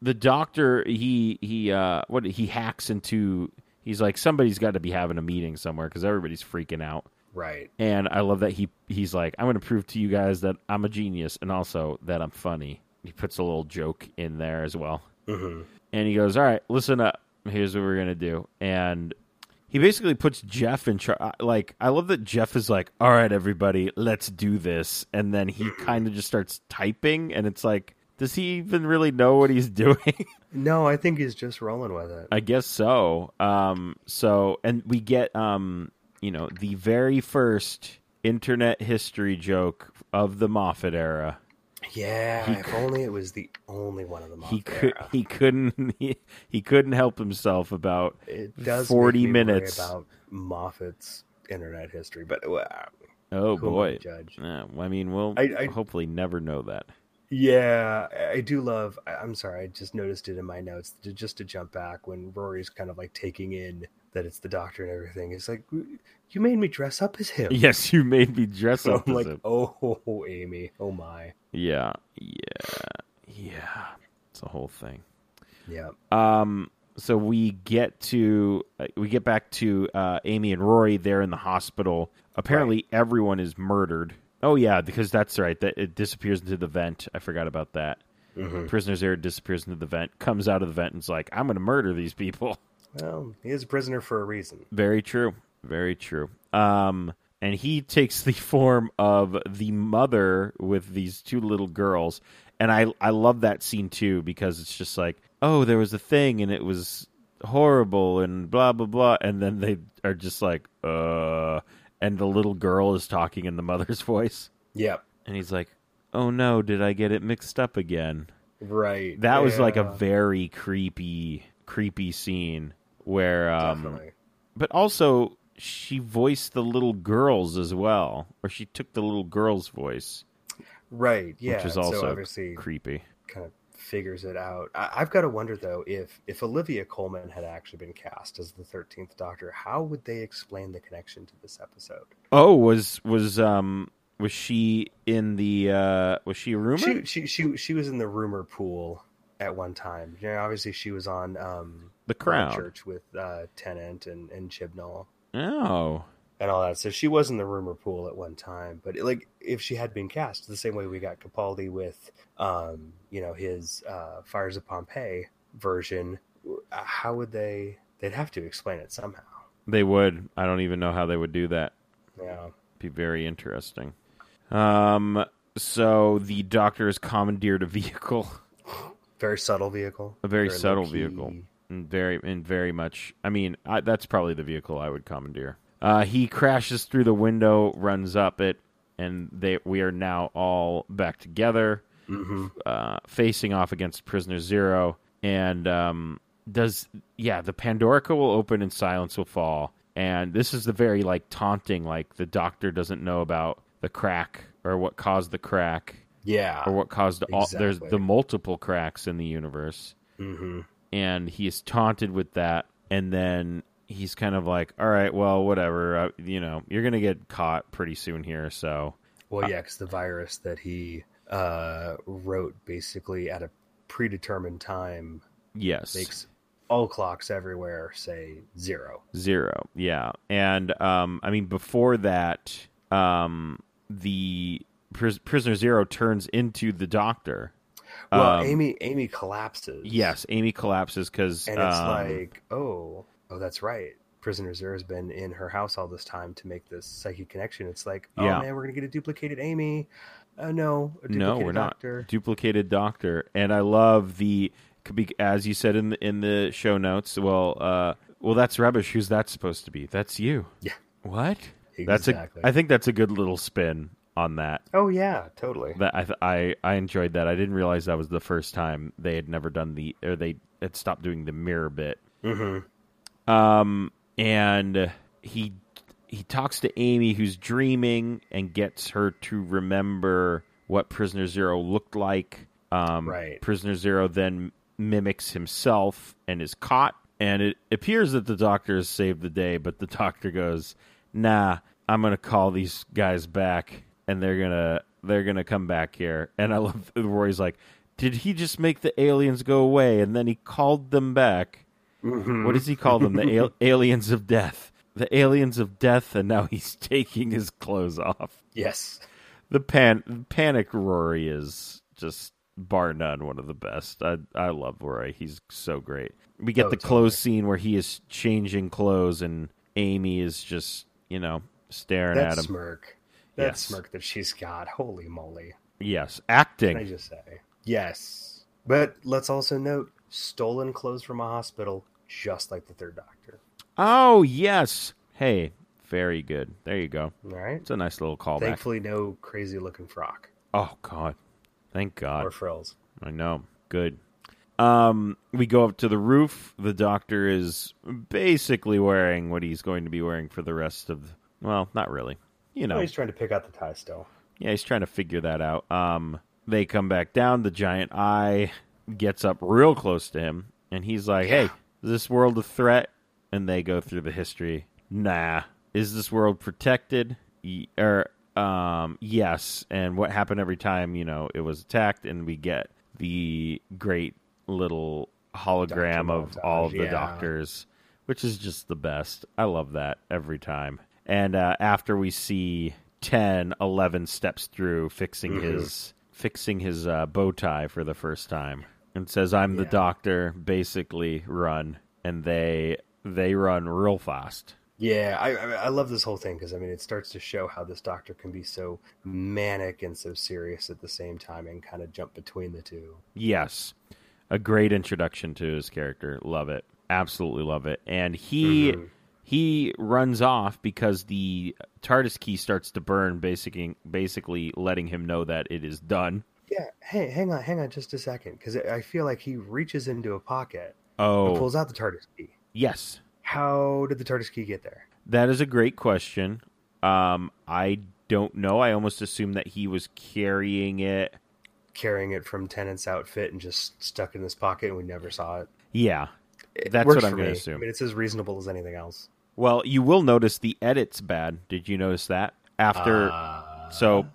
S2: the doctor he he uh what he hacks into he's like somebody's got to be having a meeting somewhere cuz everybody's freaking out.
S3: Right.
S2: And I love that he he's like I'm going to prove to you guys that I'm a genius and also that I'm funny. He puts a little joke in there as well.
S3: hmm
S2: And he goes, "All right, listen up. Here's what we're going to do." And he basically puts Jeff in charge. Like, I love that Jeff is like, all right, everybody, let's do this. And then he kind of just starts typing, and it's like, does he even really know what he's doing?
S3: No, I think he's just rolling with it.
S2: I guess so. Um, so, and we get, um, you know, the very first internet history joke of the Moffat era.
S3: Yeah, if only it was the only one of them.
S2: He could, he couldn't, he, he couldn't help himself about
S3: It does
S2: forty
S3: make me worry
S2: minutes.
S3: about Moffat's internet history, but well,
S2: Oh
S3: who am I
S2: boy,
S3: to judge?
S2: Yeah, well, I mean, we'll
S3: I- I-
S2: hopefully never know that.
S3: yeah, I- I do love. I- I'm sorry, I just noticed it in my notes. to- Just to jump back when Rory's kind of like taking in that it's the doctor and everything. It's like you made me dress up as him.
S2: Yes, you made me dress
S3: So
S2: up.
S3: I'm
S2: as
S3: like,
S2: him.
S3: oh, Amy, oh my,
S2: yeah, yeah, yeah. It's a whole thing.
S3: yeah,
S2: Um, so we get to uh, we get back to uh, Amy and Rory. They're in the hospital. Apparently, everyone is murdered. Oh yeah, because that's right. That it disappears into the vent. I forgot about that. Prisoner's air disappears into the vent. Comes out of the vent and's like, "I'm going to murder these people."
S3: Well, he is a prisoner for a reason.
S2: Very true. Very true. Um, and he takes the form of the mother with these two little girls, and I I love that scene too because it's just like, oh, there was a thing and it was horrible and blah blah blah, and then they are just like, uh, and the little girl is talking in the mother's voice,
S3: Yep,
S2: and he's like, oh no, did I get it mixed up again?
S3: right.
S2: That was like a
S3: Yeah,
S2: very creepy creepy scene where um
S3: definitely.
S2: but also she voiced the little girls as well, or she took the little girl's voice,
S3: right. Yeah,
S2: which is
S3: so
S2: also
S3: obviously
S2: creepy.
S3: kind of figures it out. I, I've got to wonder though if if Olivia Coleman had actually been cast as the Thirteenth Doctor, how would they explain the connection to this episode?
S2: Oh, was was um was she in the uh was she a rumor?
S3: She she she she was in the rumor pool at one time. You know, obviously she was on um
S2: the Crown.
S3: Church with uh, Tennant and and Chibnall.
S2: Oh,
S3: and all that. So she was in the rumor pool at one time, but like if she had been cast the same way we got Capaldi with, um, you know, his uh, Fires of Pompeii version, w- uh, how would they? They'd have to explain it somehow.
S2: they would. I don't even know how they would do that.
S3: Yeah,
S2: Be very interesting. Um, so the doctor has commandeered a vehicle.
S3: very subtle vehicle.
S2: A very, subtle
S3: low-key.
S2: vehicle, and very and very much. I mean, I, that's probably the vehicle I would commandeer. Uh, he crashes through the window, runs up it, and they we are now all back together,
S3: Mm-hmm.
S2: uh, facing off against Prisoner Zero. And um, does yeah, the Pandorica will open and silence will fall. And this is the very like taunting, like the doctor doesn't know about the crack or what caused the crack
S3: Yeah,
S2: or what caused all there's
S3: Exactly.
S2: the multiple cracks in the universe
S3: hmm
S2: and he is taunted with that and then he's kind of like all right well whatever uh, you know you're gonna get caught pretty soon here so Uh,
S3: Well, yeah, because the virus that he uh, wrote basically at a predetermined time
S2: yes
S3: makes all clocks everywhere say zero.
S2: zero yeah and um i mean before that um, the pris- prisoner zero turns into the doctor.
S3: Well,
S2: Um,
S3: Amy Amy collapses.
S2: Yes, um, Amy collapses because
S3: and it's like, oh, oh, that's right. Prisoner Zero has been in her house all this time to make this psychic connection. It's like, oh
S2: Yeah.
S3: man, we're gonna get a duplicated Amy. Oh no, a duplicated
S2: no, we're not
S3: doctor.
S2: duplicated doctor. And I love the could be- as you said in the in the show notes. Well, uh, well, that's rubbish. Who's that supposed to be? That's you.
S3: Yeah.
S2: What?
S3: Exactly.
S2: That's a. I think that's a good little spin on that.
S3: Oh yeah, totally.
S2: That I, th- I I enjoyed that. I didn't realize that was the first time they had never done the or they had stopped doing the mirror bit.
S3: Mm-hmm.
S2: Um, and he he talks to Amy, who's dreaming, and gets her to remember what Prisoner Zero looked like. Um,
S3: Right.
S2: Prisoner Zero then mimics himself and is caught. And it appears that the doctor has saved the day, but the doctor goes, "Nah, I'm gonna call these guys back, and they're gonna they're gonna come back here." And I love Roy's like, "Did he just make the aliens go away, and then he called them back?" what does he call them? The al- aliens of death. The aliens of death, and now he's taking his clothes off.
S3: Yes.
S2: The pan panic Rory is just bar none one of the best. I I love Rory. He's so great. We get
S3: Oh,
S2: the clothes scene where he is changing clothes, and Amy is just you know staring
S3: That
S2: at him.
S3: smirk. That
S2: Yes.
S3: smirk that she's got. Holy moly.
S2: Yes,
S3: Can I
S2: acting.
S3: just say? Yes. But let's also note stolen clothes from a hospital, just like the third doctor.
S2: Oh yes. Hey, very good. There you go.
S3: All right.
S2: It's a nice little callback.
S3: Thankfully no crazy looking frock
S2: Oh God. Thank God.
S3: or frills.
S2: I know. Good. Um, we go up to the roof. The doctor is basically wearing what he's going to be wearing for the rest of. Well, not really. You know,
S3: Oh, he's trying to pick out the tie still.
S2: yeah, he's trying to figure that out. Um, they come back down. The giant eye gets up real close to him, and he's like, "Hey, is this world a threat?" And they go through the history. Nah, is this world protected? Ye- or um, yes. And what happened every time? You know, it was attacked, and we get the great little hologram
S3: Doctor
S2: of
S3: montage,
S2: all of the
S3: yeah.
S2: doctors, which is just the best. I love that every time. And uh, after we see 10, 11 steps through fixing his fixing his uh, bow tie for the first time, and says, "I'm the
S3: Yeah.
S2: doctor." Basically, run, and they they run real fast.
S3: Yeah, I I I love this whole thing because I mean it starts to show how this doctor can be so manic and so serious at the same time and kind of jump between the two.
S2: Yes. A great introduction to his character. Love it. Absolutely love it. And he
S3: Mm-hmm.
S2: he runs off because the TARDIS key starts to burn, basically basically letting him know that it is done.
S3: Yeah, hey, hang on, hang on, just a second, because I I feel like he reaches into a pocket and
S2: Oh
S3: pulls out the TARDIS key.
S2: yes.
S3: How did the TARDIS key get there?
S2: That is a great question. Um I don't know. I almost assume that he was carrying it.
S3: Carrying it from Tennant's outfit and just stuck in his pocket, and we never saw it.
S2: Yeah.
S3: It
S2: That's
S3: works
S2: what I'm
S3: for
S2: gonna
S3: me.
S2: assume.
S3: I mean, it's as reasonable as anything else.
S2: Well, you will notice the edit's bad. Did you notice that? After
S3: Uh,
S2: So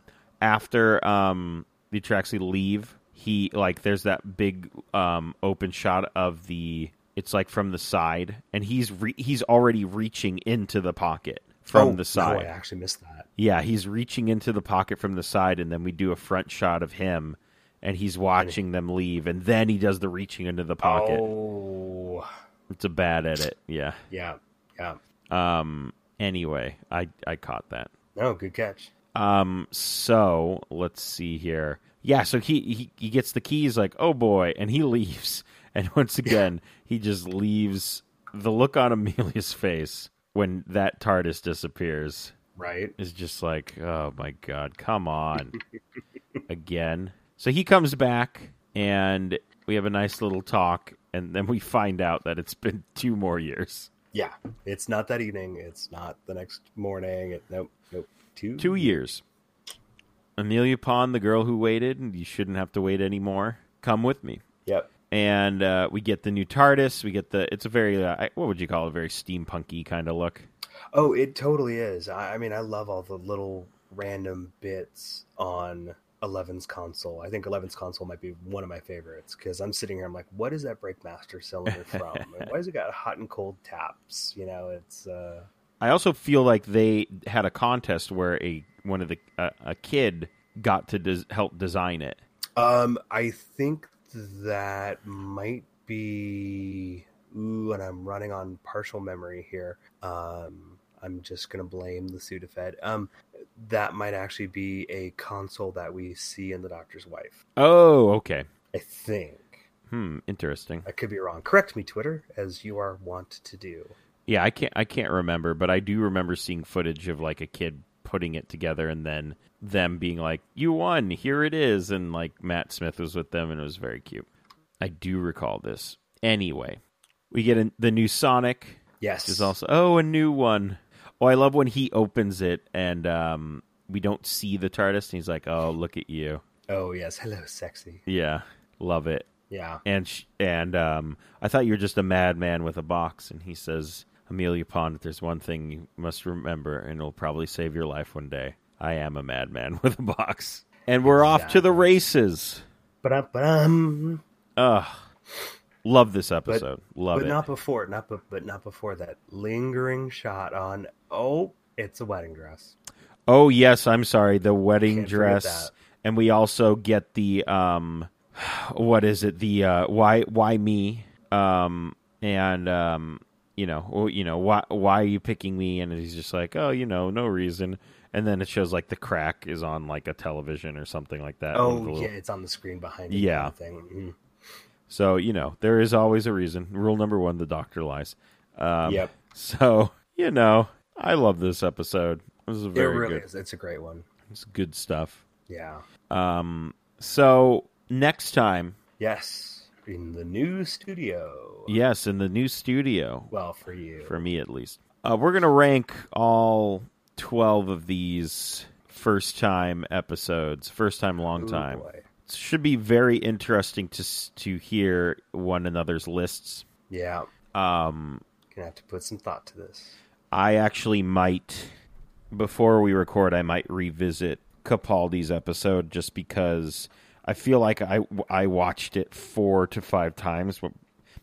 S2: after um the Traxi leave, he like there's that big um open shot of the it's like from the side and he's re- he's already reaching into the pocket from
S3: oh,
S2: the
S3: No,
S2: side.
S3: I actually missed that.
S2: yeah, he's reaching into the pocket from the side and then we do a front shot of him and he's watching them leave and then he does the reaching into the pocket.
S3: Oh,
S2: It's a bad edit. Yeah.
S3: yeah, yeah.
S2: Um anyway, I I caught that.
S3: No, good catch.
S2: Um, so let's see here. Yeah, so he, he he gets the keys, like oh boy, and he leaves. And once again, he just leaves. The look on Amelia's face when that TARDIS disappears
S3: Right.
S2: is just like, oh my god, come on, again. So he comes back, and we have a nice little talk, and then we find out that it's been two more years,
S3: Yeah. It's not that evening. It's not the next morning. It, nope. Nope. Two.
S2: two years. Amelia Pond, the girl who waited, and you shouldn't have to wait anymore. Come with me.
S3: Yep.
S2: and uh, we get the new TARDIS. We get the it's a very uh, I- what would you call it? A very steampunky kind of look.
S3: Oh, it totally is. I, I mean, I love all the little random bits on Eleven's console. I think Eleven's console might be one of my favorites because I'm sitting here. I'm like, what is that brake master cylinder from? And Why has it got hot and cold taps? You know, it's. uh
S2: I also feel like they had a contest where a one of the a, a kid got to des- help design it.
S3: Um, I think that might be. Ooh, and I'm running on partial memory here. Um, I'm just gonna blame the Sudafed. Um, that might actually be a console that we see in the Doctor's wife.
S2: Oh, okay.
S3: I think
S2: Hmm, interesting.
S3: I could be wrong. Correct me, Twitter, as you are wont to do.
S2: Yeah, I can't I can't remember, but I do remember seeing footage of like a kid putting it together and then them being like, "You won, here it is." And like Matt Smith was with them and it was very cute. I do recall this. Anyway, we get in the new Sonic
S3: Yes,
S2: is also oh a new one. Oh, I love when he opens it and um we don't see the TARDIS and he's like, "Oh, look at you."
S3: Oh yes, hello, sexy.
S2: Yeah, love it.
S3: Yeah.
S2: and sh- and um, I thought you were just a madman with a box. And he says, Amelia Pond, if there's one thing you must remember, and it'll probably save your life one day, I am a madman with a box. And we're off to the races.
S3: But um,
S2: Ugh, love this
S3: but
S2: episode. love
S3: but
S2: it.
S3: not before, not be, but not before that lingering shot on. Oh, it's a wedding dress.
S2: oh yes, I'm sorry. The wedding
S3: Can't forget
S2: dress,
S3: that.
S2: and we also get the um, what is it? The uh, why why me? Um, and um, you know, well, you know, why why are you picking me? And he's just like, oh, you know, no reason. And then it shows like the crack is on like a television or something like that. One of
S3: Oh
S2: the
S3: yeah,
S2: little-
S3: it's on the screen behind. you
S2: Yeah.
S3: kind of thing. Mhm.
S2: So you know, there is always a reason. Rule number one: the doctor lies. Um,
S3: Yep.
S2: So you know, I love this episode. This is
S3: It
S2: very
S3: really
S2: good.
S3: is. It's a great one.
S2: It's good stuff.
S3: Yeah.
S2: Um, so next time,
S3: Yes. In the new studio.
S2: yes, in the new studio,
S3: Well, for you.
S2: for me at least, uh, we're gonna rank all twelve of these first time episodes, first time, long
S3: Ooh,
S2: time.
S3: boy.
S2: Should be very interesting to s- to hear one another's lists.
S3: Yeah.
S2: Um,
S3: Gonna have to put some thought to this.
S2: I actually might before we record I might revisit Capaldi's episode just because I feel like I I watched it 4 to 5 times but-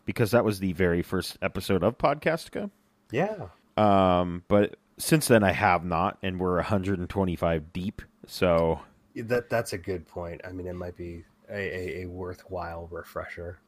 S2: because that was the very first episode of Podcastica.
S3: Yeah.
S2: Um but since then I have not and we're 125 deep. So
S3: That that's a good point. I mean, it might be a, a, a worthwhile refresher.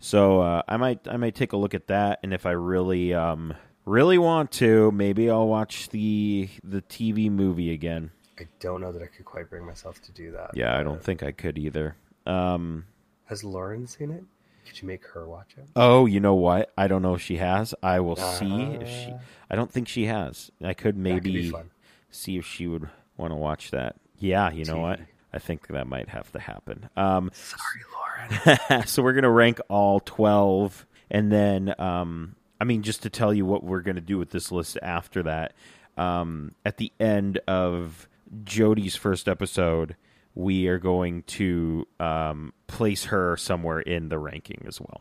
S2: so uh, I might I might take a look at that and if I really um really want to maybe I'll watch the the TV movie again.
S3: I don't know that I could quite bring myself to do that.
S2: Yeah, I don't think I could either. Um
S3: Has Lauren seen it? Could you make her watch it?
S2: Oh, you know what? I don't know if she has. I will see if she.
S3: Uh,
S2: I don't think she has. I could
S3: could be
S2: maybe
S3: fun.
S2: see if she would want to watch that. Yeah, you know what?
S3: Tea.
S2: I think that might have to happen. Um,
S3: Sorry, Lauren.
S2: so we're gonna rank all twelve, and then um, I mean, just to tell you what we're gonna do with this list after that. Um, at the end of Jody's first episode, we are going to um, place her somewhere in the ranking as well.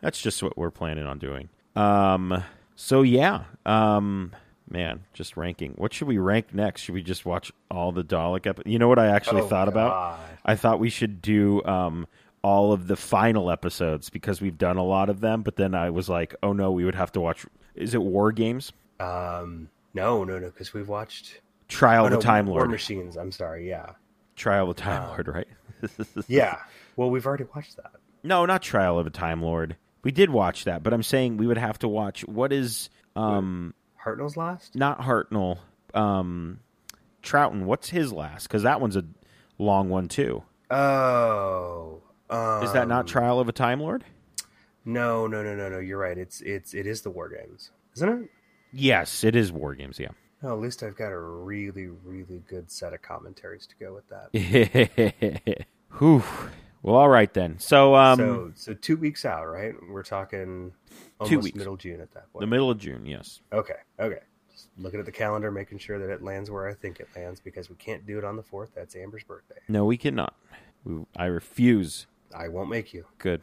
S2: That's just what we're planning on doing. Um, so yeah, um, man, just ranking. What should we rank next? Should we just watch all the Dalek episodes? You know what I actually
S3: Oh,
S2: thought about?
S3: God.
S2: I thought we should do um all of the final episodes because we've done a lot of them. But then I was like, oh no, we would have to watch. Is it War Games?
S3: Um, no, no, no, because we've watched
S2: Trial
S3: oh,
S2: of the
S3: no,
S2: Time
S3: War
S2: Lord.
S3: Machines. I'm sorry. Yeah,
S2: Trial of the Time Lord, right?
S3: yeah. Well, we've already watched that.
S2: No, not Trial of a Time Lord. We did watch that, but I'm saying we would have to watch what is um
S3: Hartnell's last.
S2: not Hartnell, um Trouton, what's his last? Cuz that one's a long one too.
S3: Oh, um,
S2: Is that not Trial of a Time Lord?
S3: No, no, no, no, no. You're right. It's it's it is the War Games, isn't it?
S2: Yes, it is War Games, yeah.
S3: No, at least I've got a really, really good set of commentaries to go with that.
S2: Whew. Well, all right then. So um
S3: so, so two weeks out, right? We're talking almost
S2: weeks.
S3: middle June at that point.
S2: the middle of June, yes.
S3: Okay, okay. Just looking at the calendar, making sure that it lands where I think it lands because we can't do it on the fourth. That's Amber's birthday.
S2: No, we cannot. We, I refuse.
S3: I won't make you.
S2: Good.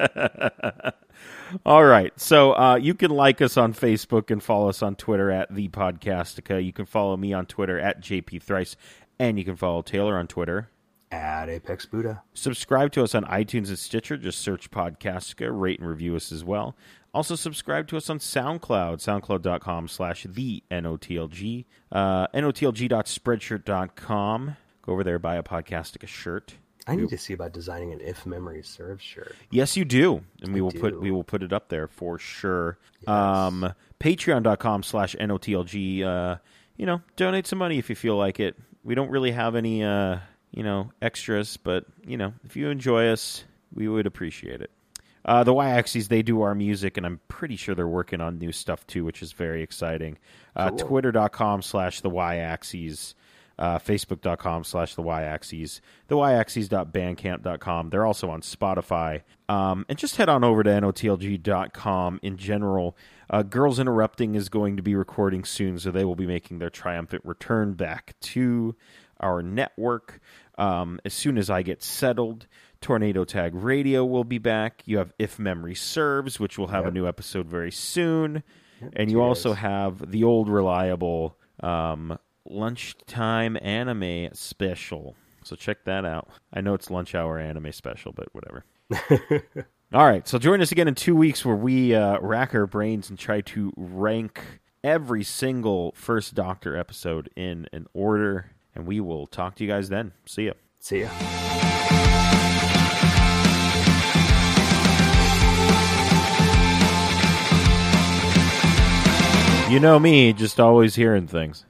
S2: All right. So uh, you can like us on Facebook and follow us on Twitter at the Podcastica. You can follow me on Twitter at JP Thrice, and you can follow Taylor on Twitter
S3: at Apex Buddha.
S2: Subscribe to us on iTunes and Stitcher. Just search Podcastica. Rate and review us as well. Also, subscribe to us on SoundCloud, soundcloud.com slash the NOTLG, uh, notlg.spreadshirt.com. Go over there, buy a Podcastica shirt.
S3: I need to see about designing an if memory serves shirt.
S2: Yes, you do, and we will
S3: do.
S2: put we will put it up there for sure. Um, Patreon.com slash notlg. Uh, you know, donate some money if you feel like it. We don't really have any uh, you know extras, but you know, if you enjoy us, we would appreciate it. Uh, the Y Axis, they do our music, and I'm pretty sure they're working on new stuff too, which is very exciting. Uh, Twitter.com slash the Y Axis, uh, Facebook.com slash the Y Axis, the Y Axis.bandcamp.com. They're also on Spotify. Um, and just head on over to NOTLG.com in general. Uh, Girls Interrupting is going to be recording soon, so they will be making their triumphant return back to our network. Um, as soon as I get settled, Tornado Tag Radio will be back. You have If Memory Serves, which will have a new episode very soon. and you also have the old reliable um, Lunchtime Anime Special. So check that out. I know it's lunch hour anime special, but whatever. All right, so join us again in two weeks where we uh, rack our brains and try to rank every single First Doctor episode in an order. And we will talk to you guys then. See ya.
S3: See ya.
S2: You know me, just always hearing things.